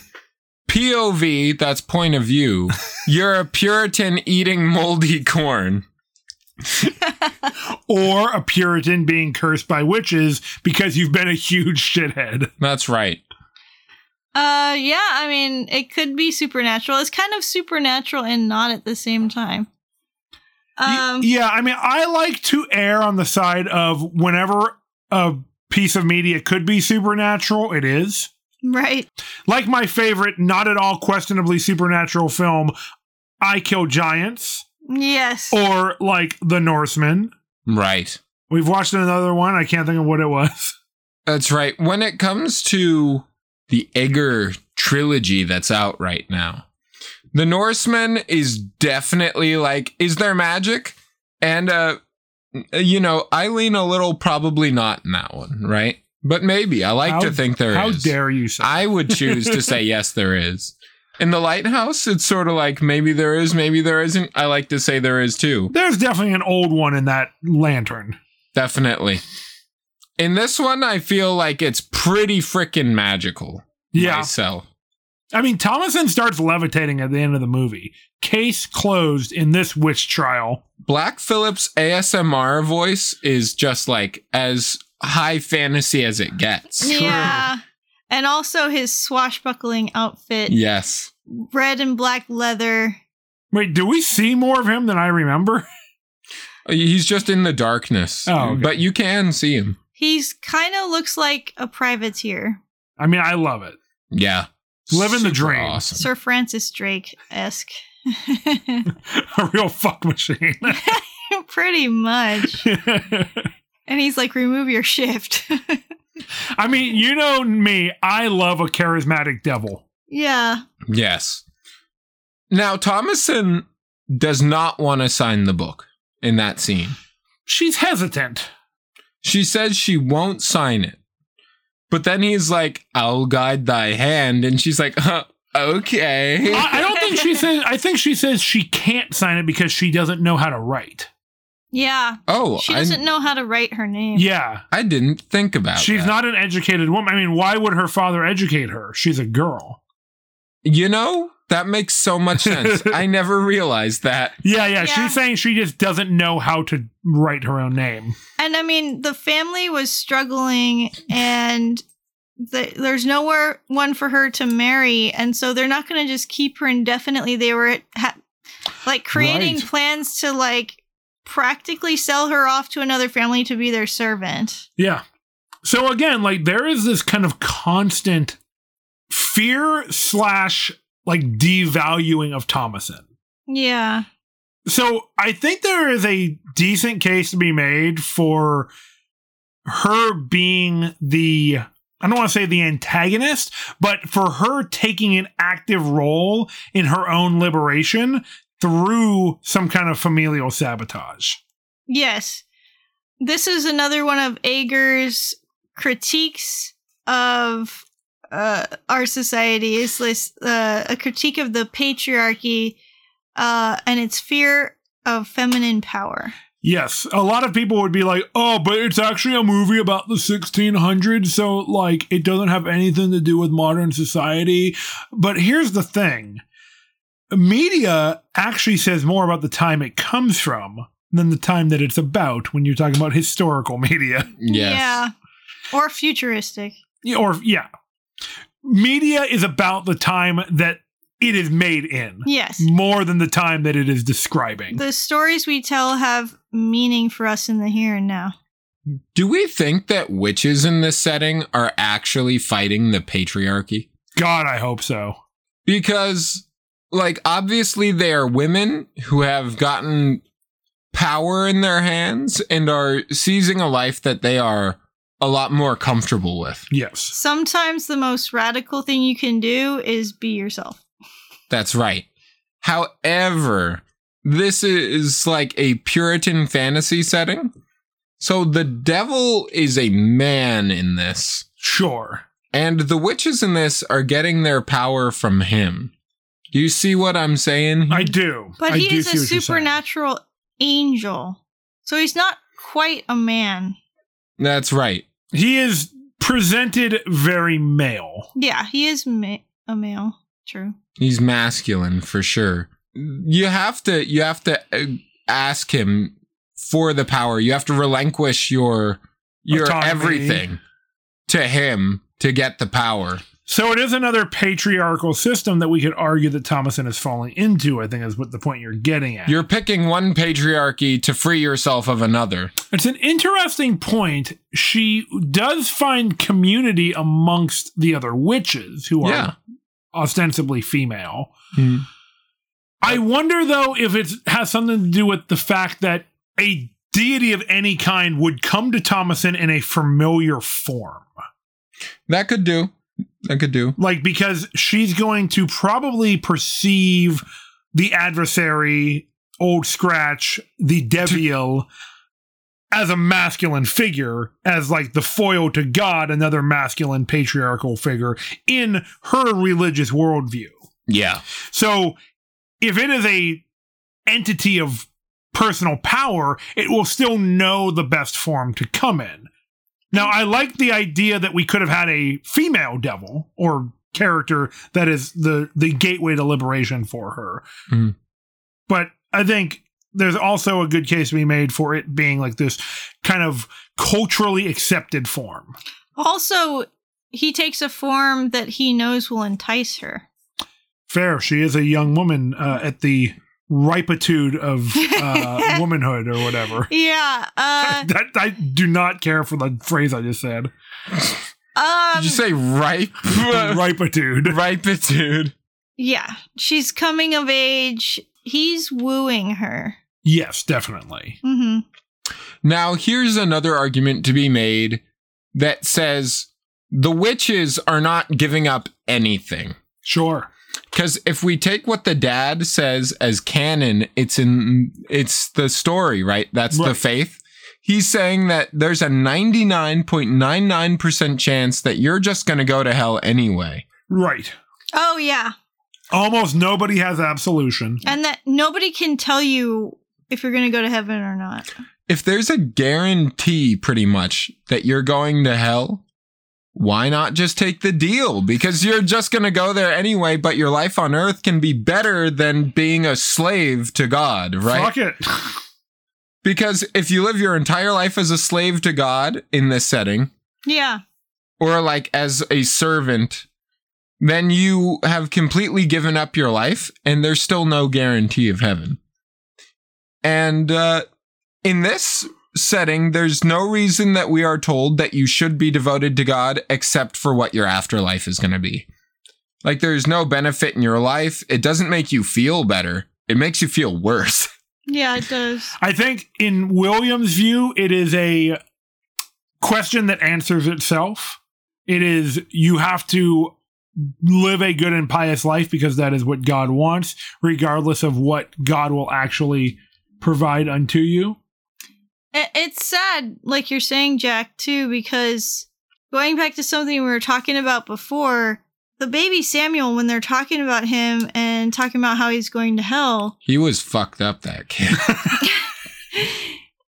A: POV, that's point of view. You're a Puritan eating moldy corn.
B: Or a Puritan being cursed by witches because you've been a huge shithead.
A: That's right.
C: Uh, yeah, I mean, it could be supernatural. It's kind of supernatural and not at the same time.
B: Y-
C: Um,
B: yeah, I mean, I like to err on the side of whenever a piece of media could be supernatural, it is.
C: right.
B: Like my favorite, not at all questionably supernatural film, I Kill Giants,
C: Yes.
B: or like The Norseman.
A: Right.
B: We've watched another one. I can't think of what it was.
A: That's right. When it comes to the Egger trilogy that's out right now, The Norseman is definitely like, is there magic? And, uh, you know, I lean a little probably not in that one, right? But maybe. I like
B: How-
A: to think there is.
B: How dare you say?
A: I would choose to say yes, there is. In the lighthouse, it's sort of like maybe there is, maybe there isn't. I like to say there is too.
B: There's definitely an old one in that lantern.
A: Definitely. In this one, I feel like it's pretty freaking magical.
B: Yeah.
A: Myself.
B: I mean, Thomason starts levitating at the end of the movie. Case closed in this witch trial.
A: Black Phillip's ASMR voice is just like as high fantasy as it gets.
B: True.
C: Yeah. And also his swashbuckling outfit,
A: Yes.
C: red and black leather.
B: Wait, do we see more of him than I remember?
A: He's just in the darkness.
B: Oh, okay.
A: But you can see him.
C: He's kind of looks like a privateer,
B: I mean, I love it.
A: Yeah.
B: Living the
A: Super
B: dream.
A: awesome.
C: Sir Francis Drake esque.
B: A real fuck machine.
C: Pretty much. And he's like, remove your shift.
B: I mean, you know me. I love a charismatic devil.
C: yeah.
A: Yes. Now, Thomason does not want to sign the book in that scene.
B: She's hesitant.
A: She says she won't sign it. But then he's like, I'll guide thy hand. And she's like, huh, okay.
C: Ah,
B: I, I don't think she says. I think she says she can't sign it because she doesn't know how to write.
C: Yeah.
A: Oh,
C: She doesn't
A: I,
C: know how to write her name.
B: Yeah,
A: I didn't think about
B: she's
A: that.
B: not an educated woman. I mean, why would her father educate her? She's a girl.
A: You know, that makes so much sense. I never realized that.
B: Yeah, yeah.
C: Yeah.
B: She's saying she just doesn't know how to write her own name.
C: And I mean, the family was struggling, and the, there's nowhere one for her to marry, and so they're not going to just keep her indefinitely. They were ha- like creating
B: Right.
C: plans to like practically sell her off to another family to be their servant.
B: Yeah. So again, like there is this kind of constant fear slash like devaluing of Thomason.
C: Yeah,
B: So I think there is a decent case to be made for her being the I don't want to say the antagonist, but for her taking an active role in her own liberation through some kind of familial sabotage.
C: yes. This is another one of Ager's critiques of uh, our society. Is this uh, a critique of the patriarchy uh, and its fear of feminine power?
B: Yes, a lot of people would be like, "Oh, but it's actually a movie about the 1600s, so like it doesn't have anything to do with modern society." But here's the thing. Media actually says more about the time it comes from than the time that it's about when you're talking about historical media.
A: Yes.
C: Yeah. Or futuristic.
B: Yeah, Or yeah. Media is about the time that it is made in
C: Yes.
B: more than the time that it is describing.
C: The stories we tell have meaning for us in the here and now.
A: Do we think that witches in this setting are actually fighting the patriarchy?
B: God, I hope so.
A: because like obviously they are women who have gotten power in their hands and are seizing a life that they are a lot more comfortable with.
B: Yes.
C: Sometimes the most radical thing you can do is be yourself.
A: That's right. However, this is like a Puritan fantasy setting. So the devil is a man in this.
B: Sure.
A: And the witches in this are getting their power from him. Do you see what I'm saying?
B: I do.
C: Mm-hmm. But
B: I
C: he
B: do
C: is a
B: see what you're saying.
C: supernatural angel. So he's not quite a man.
A: That's right.
B: He is presented very male.
C: Yeah, he is ma- a male. True.
A: He's masculine for sure. You have to you have to uh, ask him for the power. You have to relinquish your your
B: Autonomy.
A: everything to him to get the power.
B: So it is another patriarchal system that we could argue that Thomason is falling into, I think is what the point you're getting at.
A: You're picking one patriarchy to free yourself of another.
B: it's an interesting point. She does find community amongst the other witches who are
A: Yeah.
B: ostensibly female. I wonder though if it has something to do with the fact that a deity of any kind would come to Thomason in a familiar form.
A: That could do. I could do.
B: like because she's going to probably perceive the adversary old scratch the devil as a masculine figure as like the foil to god another masculine patriarchal figure in her religious worldview
A: Yeah.
B: so if it is a entity of personal power, it will still know the best form to come in. Now, I like the idea that we could have had a female devil or character that is the the gateway to liberation for her.
A: Mhm.
B: But I think there's also a good case to be made for it being like this kind of culturally accepted form.
C: Also, he takes a form that he knows will entice her.
B: Fair, she is a young woman uh, at the ripitude of uh, womanhood or whatever.
C: Yeah. Uh,
B: that I do not care for the phrase I just said.
C: um,
A: Did you say ripe?
B: Ripitude.
A: Ripitude.
C: yeah. She's coming of age. He's wooing her.
B: Yes, definitely.
C: hmm
A: Now, here's another argument to be made that says the witches are not giving up anything.
B: Sure.
A: Because if we take what the dad says as canon, it's in it's the story, right? That's the
B: Right.
A: faith. He's saying that there's a 99.99% chance that you're just going to go to hell anyway.
B: Right.
C: Oh, yeah.
B: Almost nobody has absolution.
C: And that nobody can tell you if you're going to go to heaven or not.
A: If there's a guarantee pretty much that you're going to hell, why not just take the deal? Because you're just going to go there anyway, but your life on earth can be better than being a slave to God, right?
B: Fuck it.
A: Because if you live your entire life as a slave to God in this setting,
C: Yeah.
A: or like as a servant, then you have completely given up your life and there's still no guarantee of heaven. And uh, in this setting, there's no reason that we are told that you should be devoted to God except for what your afterlife is going to be. Like, there's no benefit in your life. It doesn't make you feel better, it makes you feel worse.
C: Yeah, it does.
B: I think in William's view, it is a question that answers itself. It is you have to live a good and pious life because that is what God wants, regardless of what God will actually provide unto you.
C: I- It's sad, like you're saying, Jack, too, because going back to something we were talking about before, the baby Samuel, when they're talking about him and talking about how he's going to hell,
A: He was fucked up, that kid.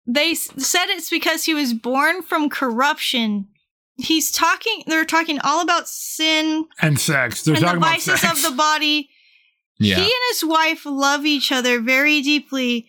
C: they s- said it's because he was born from corruption. He's talking, they're talking all about sin
B: And sex. They're
C: and
B: talking
C: the
B: about
C: vices
B: sex.
C: of the body.
A: Yeah.
C: He and his wife love each other very deeply.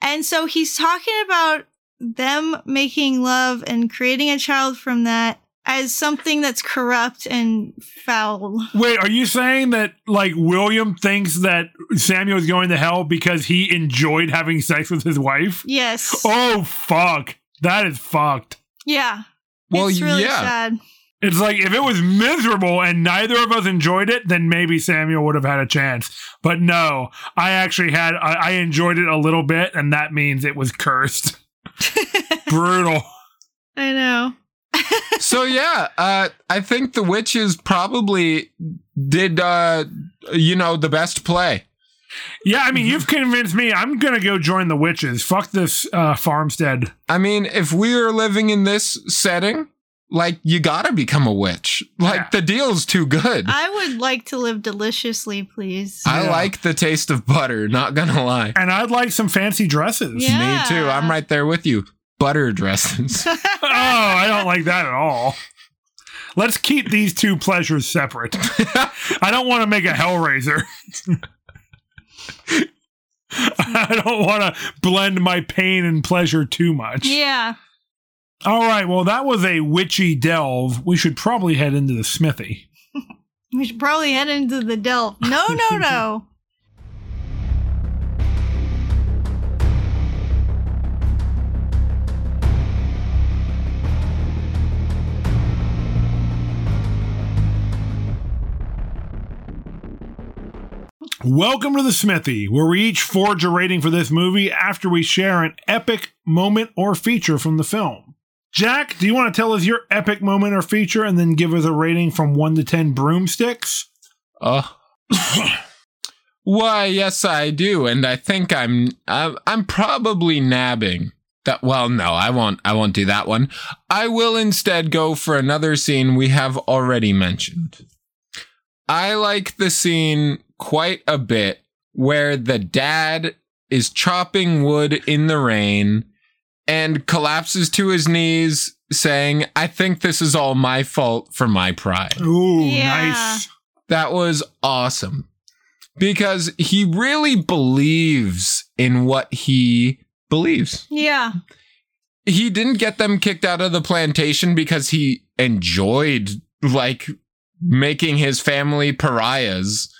C: And so he's talking about them making love and creating a child from that as something that's corrupt and foul.
B: Wait, are you saying that like William thinks that Samuel is going to hell because he enjoyed having sex with his wife?
C: Yes.
B: Oh fuck. That is fucked.
C: Yeah.
A: well,
C: it's really
A: yeah.
C: sad.
B: It's like if it was miserable and neither of us enjoyed it, then maybe Samuel would have had a chance. But no, I actually had I, I enjoyed it a little bit, and that means it was cursed. Brutal.
C: I know.
A: so yeah, uh, I think the witches probably did, uh, you know, the best play.
B: Yeah, I mean, you've convinced me. I'm gonna go join the witches. Fuck this uh, farmstead.
A: I mean, if we are living in this setting, like you gotta become a witch. Like
B: Yeah.
A: the deal's too good. I,
C: I would like to live deliciously, please.
B: Yeah.
A: like the taste of butter. Not gonna lie.
B: And I'd like some fancy dresses.
C: Yeah.
A: Me too. I'm right there with you. Butter dresses.
B: oh, I don't like that at all. Let's keep these two pleasures separate. I don't want to make a Hellraiser. I don't want to blend my pain and pleasure too much.
C: yeah.
B: All right, well, that was a witchy delve. We should probably head into the smithy.
C: We should probably head into the Delph. No, no, no.
B: Welcome to the smithy, where we each forge a rating for this movie after we share an epic moment or feature from the film. Jack, do you want to tell us your epic moment or feature and then give us a rating from 1 to 10 broomsticks?
A: Uh, why, yes, I do, and I think I'm I'm, I'm probably nabbing. That, well, no, I won't. I won't do that one. I will instead go for another scene we have already mentioned. I like the scene quite a bit where the dad is chopping wood in the rain and collapses to his knees, saying, "I think this is all my fault for my pride."
B: Ooh,
C: Yeah.
B: nice.
A: That was awesome. Because he really believes in what he believes.
C: Yeah.
A: He didn't get them kicked out of the plantation because he enjoyed like making his family pariahs.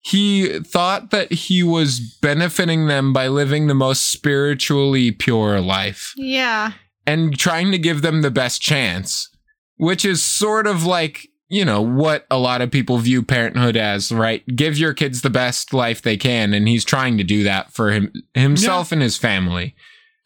A: He thought that he was benefiting them by living the most spiritually pure life
C: Yeah.
A: and trying to give them the best chance, which is sort of like, you know, what a lot of people view parenthood as, right? Give your kids the best life they can. And he's trying to do that for him, himself and his family.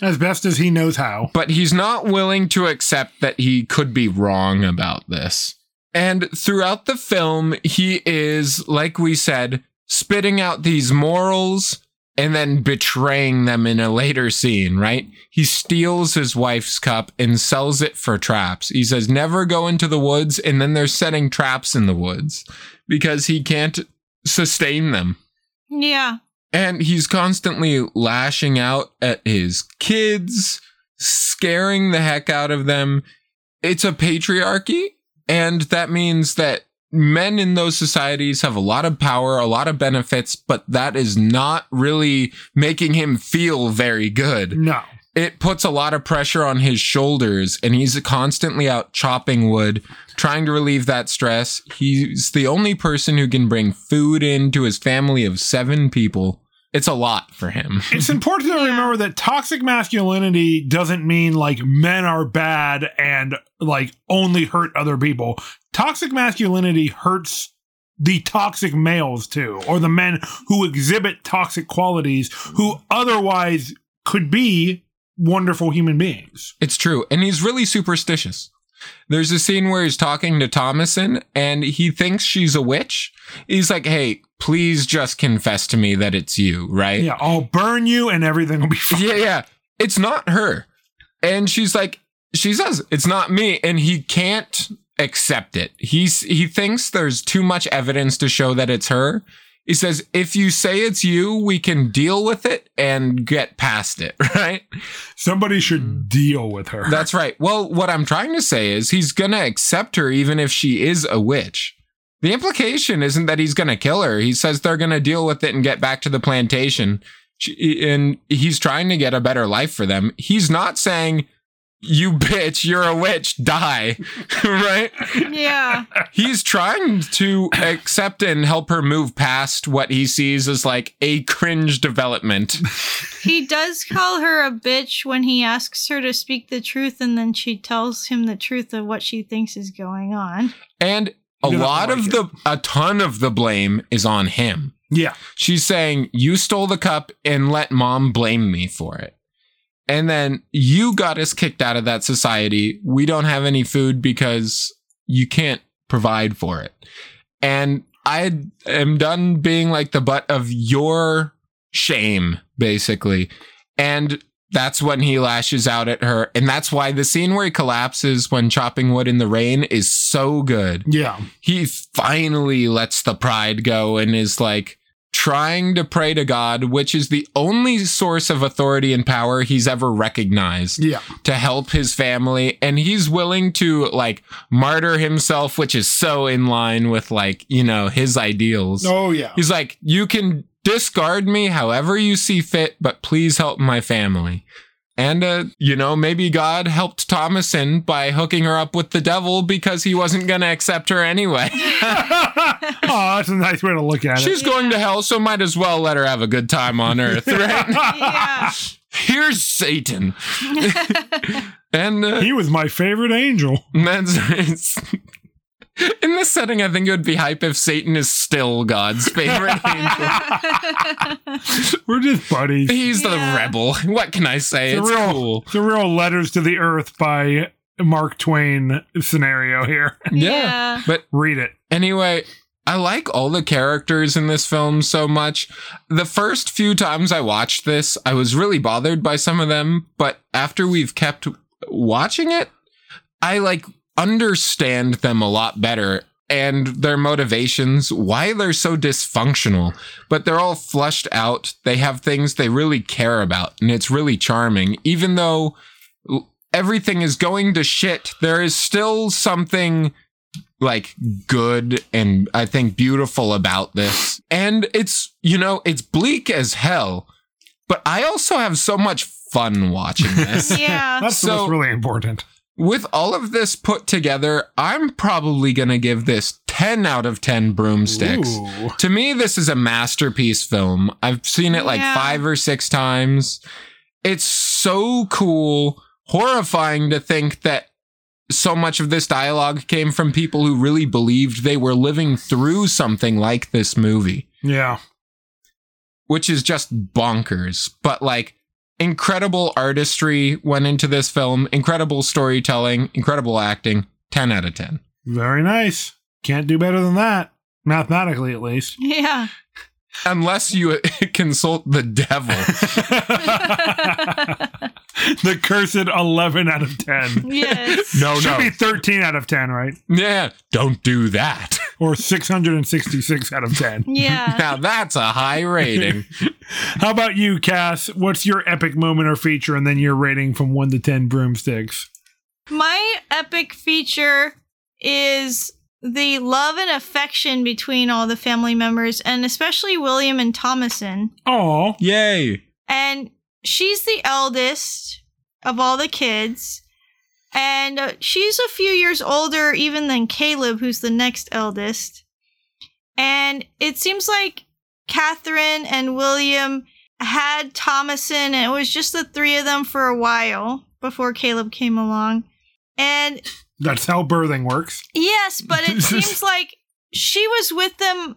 B: As best as he knows how.
A: But he's not willing to accept that he could be wrong about this. And throughout the film, he is, like we said, spitting out these morals and then betraying them in a later scene, right? He steals his wife's cup and sells it for traps. He says, never go into the woods. And then they're setting traps in the woods because he can't sustain them.
C: Yeah.
A: And he's constantly lashing out at his kids, scaring the heck out of them. It's a patriarchy, and that means that men in those societies have a lot of power, a lot of benefits, but that is not really making him feel very good
B: No.
A: it puts a lot of pressure on his shoulders and he's constantly out chopping wood trying to relieve that stress he's the only person who can bring food in to his family of seven people it's a lot for him
B: It's important to
C: Yeah.
B: remember that toxic masculinity doesn't mean like men are bad and like only hurt other people. Toxic masculinity hurts the toxic males too, or the men who exhibit toxic qualities who otherwise could be wonderful human beings.
A: it's true and he's really superstitious there's a scene where he's talking to thomason and he thinks she's a witch he's like hey please just confess to me that it's you right
B: Yeah, I'll burn you and everything will be fine.
A: yeah, yeah. It's not her. And she's like, she says, it's not me. And he can't accept it. He's, he thinks there's too much evidence to show that it's her. He says, if you say it's you, we can deal with it and get past it, right?
B: Somebody should deal with her.
A: That's right. Well, what I'm trying to say is he's going to accept her even if she is a witch. The implication isn't that he's going to kill her. He says they're going to deal with it and get back to the plantation. She- And he's trying to get a better life for them. He's not saying, you bitch, you're a witch, die, right?
C: Yeah.
A: He's trying to accept and help her move past what he sees as like a cringe development.
C: He does call her a bitch when he asks her to speak the truth, and then she tells him the truth of what she thinks is going on.
A: And a
B: You don't
A: lot
B: like
A: of
B: it.
A: the, a ton of the blame is on him.
B: yeah.
A: She's saying, You stole the cup and let mom blame me for it. And then you got us kicked out of that society. We don't have any food because you can't provide for it. And I am done being like the butt of your shame, basically. And that's when he lashes out at her. And that's why the scene where he collapses when chopping wood in the rain is so good
B: Yeah.
A: he finally lets the pride go and is like trying to pray to God, which is the only source of authority and power he's ever recognized
B: Yeah.
A: to help his family. And he's willing to like martyr himself, which is so in line with like, you know, his ideals.
B: Oh yeah.
A: He's like, you can discard me however you see fit, but please help my family. And, uh, you know, maybe God helped Thomason by hooking her up with the devil because he wasn't going to accept her anyway.
B: oh, that's a nice way to look at it.
A: She's going to hell, so might as well let her have a good time on earth, right?
C: Yeah.
A: Here's Satan. And uh,
B: He was my favorite angel.
A: that's. It's, in this setting, I think it would be hype if Satan is still God's favorite angel.
B: We're just buddies.
A: He's
C: Yeah.
A: the rebel. What can I say?
B: It's
A: It's
B: a real-
A: cool.
B: The real letters to the earth by Mark Twain scenario here.
A: Yeah. But
B: Read it.
A: Anyway, I like all the characters in this film so much. The first few times I watched this, I was really bothered by some of them, but after we've kept watching it, I like understand them a lot better and their motivations, why they're so dysfunctional, but they're all flushed out. They have things they really care about, and it's really charming, even though l- everything is going to shit. There is still something like good and I think beautiful about this. And it's, you know, it's bleak as hell, but I also have so much fun watching this.
C: Yeah.
B: That's
A: So-
B: what's really important.
A: With all of this put together, I'm probably going to give this 10 out of 10 broomsticks.
B: Ooh.
A: To me, this is a masterpiece film. I've seen it like
C: Yeah.
A: five or six times. It's so cool, horrifying to think that so much of this dialogue came from people who really believed they were living through something like this movie
B: Yeah.
A: which is just bonkers. But like incredible artistry went into this film, incredible storytelling, incredible acting. 10 out of 10.
B: Very nice. Can't do better than that, mathematically at least.
C: Yeah.
A: Unless you consult the devil.
B: the cursed 11 out of 10.
C: yes.
A: No,
B: Should be 13 out of 10, right?
A: Yeah, don't do that.
B: Or 666 out of 10.
C: Yeah.
A: Now that's a high rating.
B: How about you, Cass? What's your epic moment or feature and then your rating from 1 to 10 broomsticks?
C: My epic feature is the love and affection between all the family members, and especially William and Thomason.
B: Oh,
A: Yay.
C: And she's the eldest of all the kids. And uh, she's a few years older even than Caleb, who's the next eldest. And it seems like Catherine and William had Thomason, and it was just the three of them for a while before Caleb came along. And
B: that's how birthing works.
C: Yes, but it seems like she was with them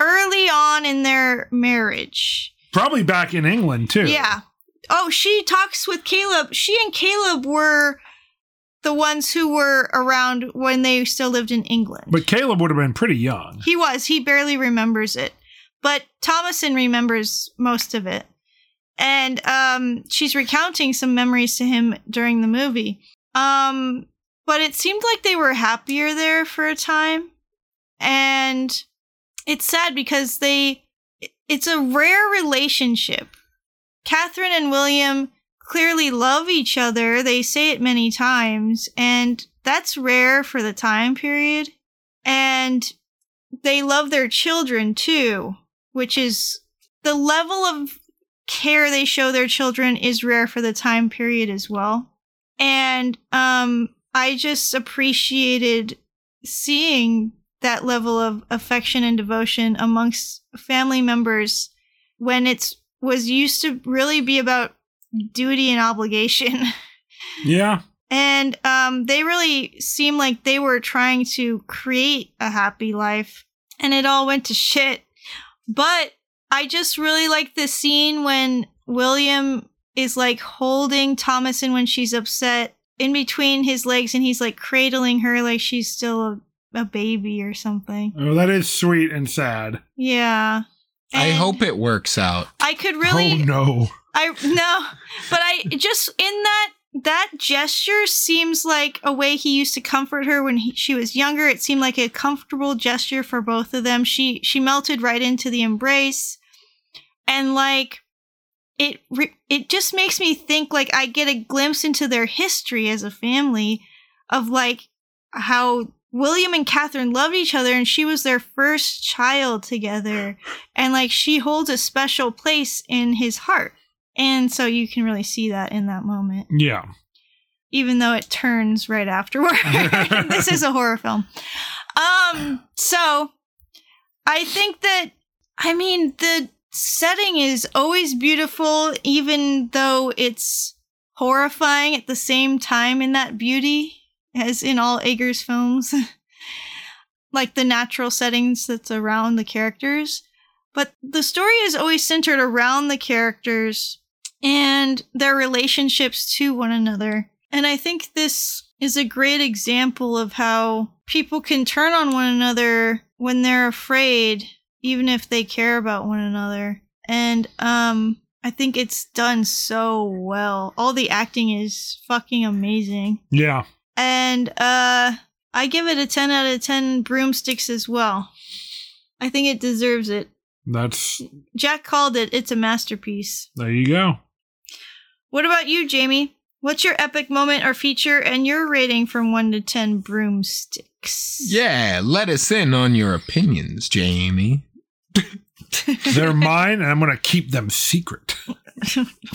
C: early on in their marriage.
B: Probably back in England, too.
C: Yeah. Oh, she talks with Caleb. She and Caleb were the ones who were around when they still lived in England.
B: But Caleb would have been pretty young.
C: he was. He barely remembers it. But Thomason remembers most of it. And um, she's recounting some memories to him during the movie. Um, but it seemed like they were happier there for a time. And it's sad because they, it's a rare relationship. Catherine and William clearly love each other. They say it many times. And that's rare for the time period. And they love their children too, which is the level of care they show their children is rare for the time period as well. And um I just appreciated seeing that level of affection and devotion amongst family members when it's was used to really be about duty and obligation.
B: Yeah.
C: And um, they really seemed like they were trying to create a happy life, and it all went to shit. But I just really like the scene when William is like holding Thomason when she's upset in between his legs, and he's like cradling her like she's still a, a baby or something.
B: Oh, that is sweet and sad.
C: Yeah.
A: I
C: And
A: hope it works out.
C: I could really.
B: Oh, no.
C: I no, but I just in that that gesture seems like a way he used to comfort her when he, she was younger. It seemed like a comfortable gesture for both of them. She she melted right into the embrace, and like it re- it just makes me think like I get a glimpse into their history as a family of like how William and Catherine loved each other and she was their first child together and like she holds a special place in his heart. And so you can really see that in that moment,
B: Yeah.
C: even though it turns right afterward. this is a horror film. Um, so I think that I mean the setting is always beautiful, even though it's horrifying at the same time in that beauty, as in all Eggers films. like the natural settings that's around the characters. But the story is always centered around the characters and their relationships to one another. And I think this is a great example of how people can turn on one another when they're afraid, even if they care about one another. And um, I think it's done so well. All the acting is fucking amazing.
B: Yeah.
C: And uh, I give it a 10 out of 10 broomsticks as well. I think it deserves it.
B: That's
C: Jack called it. It's a masterpiece.
B: there you go.
C: What about you, Jamie? What's your epic moment or feature and your rating from 1 to 10 broomsticks?
A: Yeah, let us in on your opinions, Jamie.
B: They're mine and I'm going to keep them secret.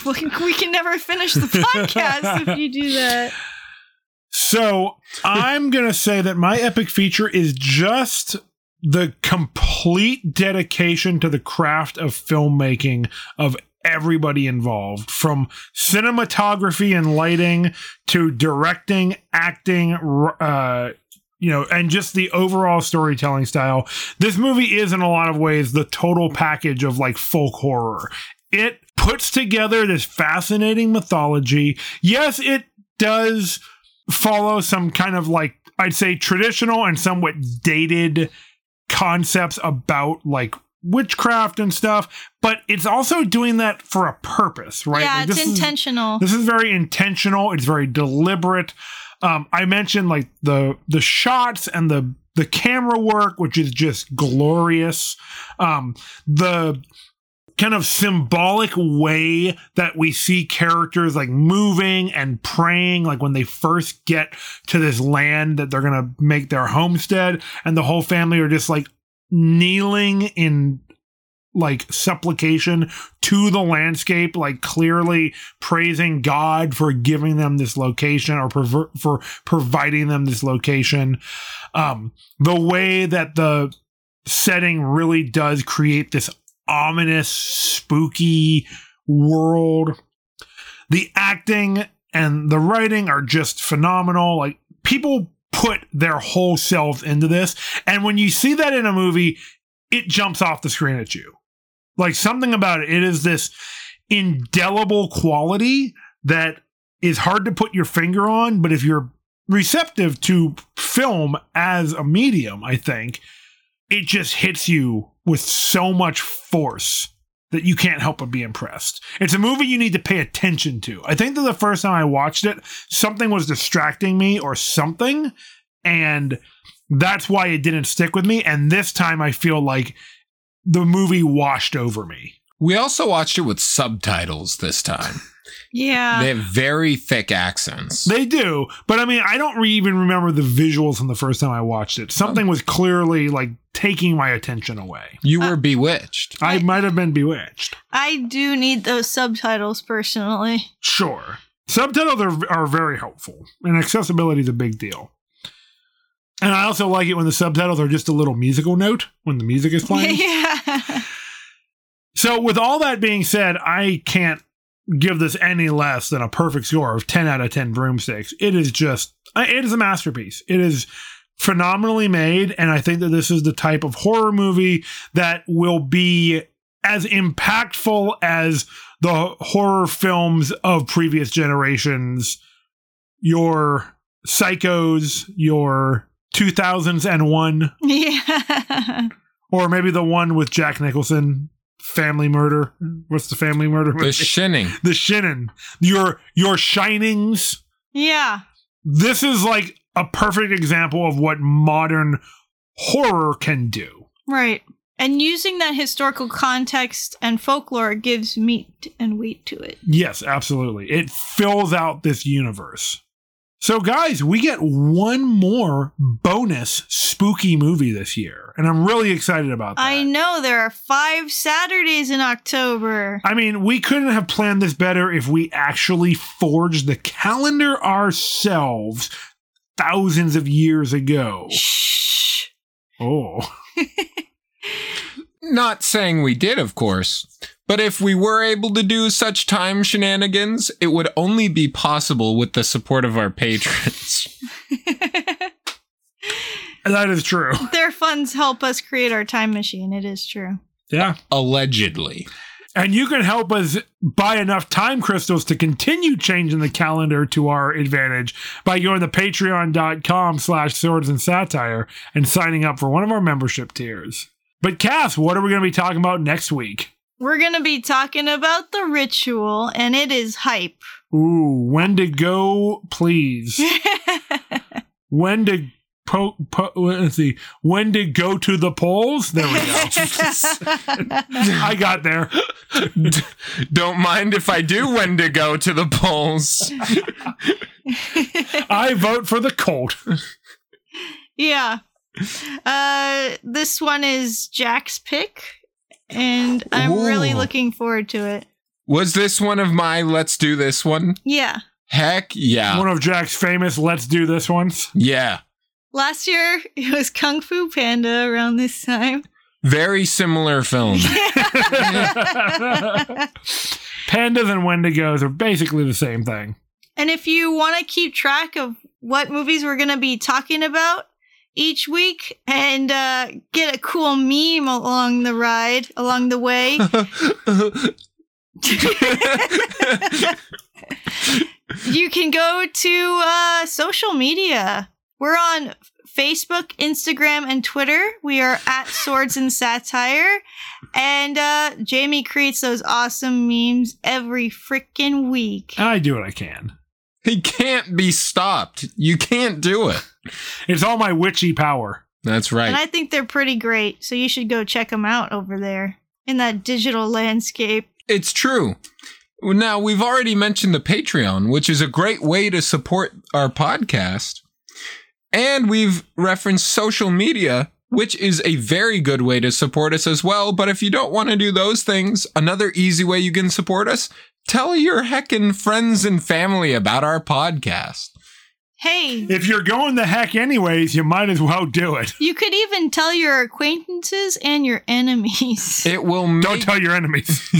C: we can never finish the podcast if you do that.
B: So I'm going to say that my epic feature is just the complete dedication to the craft of filmmaking of everybody involved from cinematography and lighting to directing, acting, r- uh, you know, and just the overall storytelling style. This movie is, in a lot of ways, the total package of like folk horror. It puts together this fascinating mythology. Yes, it does follow some kind of like I'd say traditional and somewhat dated concepts about like witchcraft and stuff, but it's also doing that for a purpose, right?
C: Yeah,
B: Like,
C: it's
B: this is-
C: intentional.
B: this is very intentional. It's very deliberate. Um, I mentioned like the the shots and the the camera work, which is just glorious. Um, the kind of symbolic way that we see characters like moving and praying, like when they first get to this land that they're gonna make their homestead, and the whole family are just like kneeling in like supplication to the landscape, like clearly praising God for giving them this location or prover- for providing them this location. Um, the way that the setting really does create this ominous, spooky world. The acting and the writing are just phenomenal. Like people put their whole selves into this. And when you see that in a movie, it jumps off the screen at you. Like something about it, it is this indelible quality that is hard to put your finger on, but if you're receptive to film as a medium, I think it just hits you with so much force that you can't help but be impressed. It's a movie you need to pay attention to. I think that the first time I watched it, something was distracting me or something, and that's why it didn't stick with me. And this time I feel like the movie washed over me.
A: We also watched it with subtitles this time.
C: yeah.
A: they have very thick accents.
B: They do, but I mean, I don't re- even remember the visuals from the first time I watched it. Something was clearly like taking my attention away.
A: you
C: Uh,
A: were bewitched.
B: I
C: Right.
B: might have been bewitched.
C: I do need those subtitles personally.
B: Sure. Subtitles are, are very helpful, and accessibility is a big deal. And I also like it when the subtitles are just a little musical note when the music is playing.
C: yeah.
B: So, with all that being said, I can't give this any less than a perfect score of 10 out of 10 broomsticks. It is just, I- it is a masterpiece. It is phenomenally made. And I think that this is the type of horror movie that will be as impactful as the horror films of previous generations, your psychos, your 2001,
C: Yeah.
B: or maybe the one with Jack Nicholson, Family Murder. What's the Family Murder?
A: The shinning.
B: the Shannon. Your your Shinings.
C: Yeah.
B: This is like a perfect example of what modern horror can do.
C: Right. And using that historical context and folklore gives meat and weight to it.
B: Yes, absolutely. It fills out this universe. So guys, we get one more bonus spooky movie this year, and I'm really excited about that.
C: I know there are five Saturdays in October.
B: I mean, we couldn't have planned this better if we actually forged the calendar ourselves thousands of years ago.
C: Shh.
B: Oh.
A: Not saying we did, of course, but if we were able to do such time shenanigans, it would only be possible with the support of our patrons.
B: That is true.
C: Their funds help us create our time machine. It is true.
B: Yeah.
A: Allegedly.
B: And you can help us buy enough time crystals to continue changing the calendar to our advantage by going to patreon.com slash swords and satire and signing up for one of our membership tiers. But Cass, what are we going to be talking about next week?
C: We're going to be talking about the ritual, and it is hype.
B: Ooh, when to go, please. when to po, po let's see, when to go to the polls? There we go. I got there.
A: Don't mind if I do when to go to the polls.
B: I vote for the Colt.
C: yeah. Uh, this one is Jack's pick, and I'm really
A: Ooh.
C: looking forward to it.
A: Was this one of my let's do this one?
C: Yeah.
A: Heck yeah.
B: One of Jack's famous "Let's do this" ones.
A: Yeah.
C: Last year, it was Kung Fu Panda around this time.
A: Very similar film.
B: Pandas and Wendigos are basically the same thing.
C: And if you want to keep track of what movies we're going to be talking about each week and uh, get a cool meme along the ride, along the way, you can go to uh, social media. We're on Facebook, Instagram, and Twitter. We are at Swords and Satire. And uh, Jamie creates those awesome memes every freaking week.
B: I do what I can.
A: he can't be stopped. You can't do it.
B: It's all my witchy power.
A: That's
C: And
A: right.
C: I think they're pretty great. So you should go check them out over there in that digital landscape.
A: It's true. Now, we've already mentioned the Patreon, which is a great way to support our podcast. And we've referenced social media, which is a very good way to support us as well. But if you don't want to do those things, another easy way you can support us, tell your heckin' friends and family about our podcast.
C: Hey,
B: If you're going the heck anyways, you might as well do it.
C: you could even tell your acquaintances and your enemies.
A: It will make
B: Don't tell your enemies.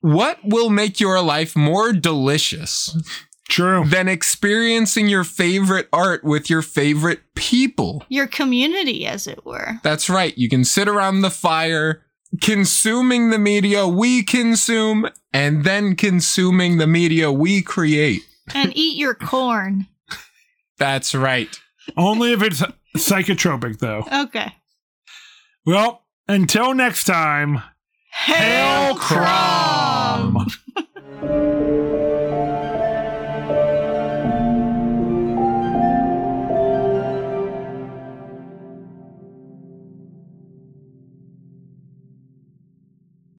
A: what will make your life more delicious
B: True.
A: than experiencing your favorite art with your favorite people.
C: your community, as it were.
A: That's right. You can sit around the fire consuming the media we consume and then consuming the media we create.
C: And eat your corn.
A: That's right.
B: Only if it's psychotropic, though.
C: Okay.
B: Well, until next time. Hail Crom!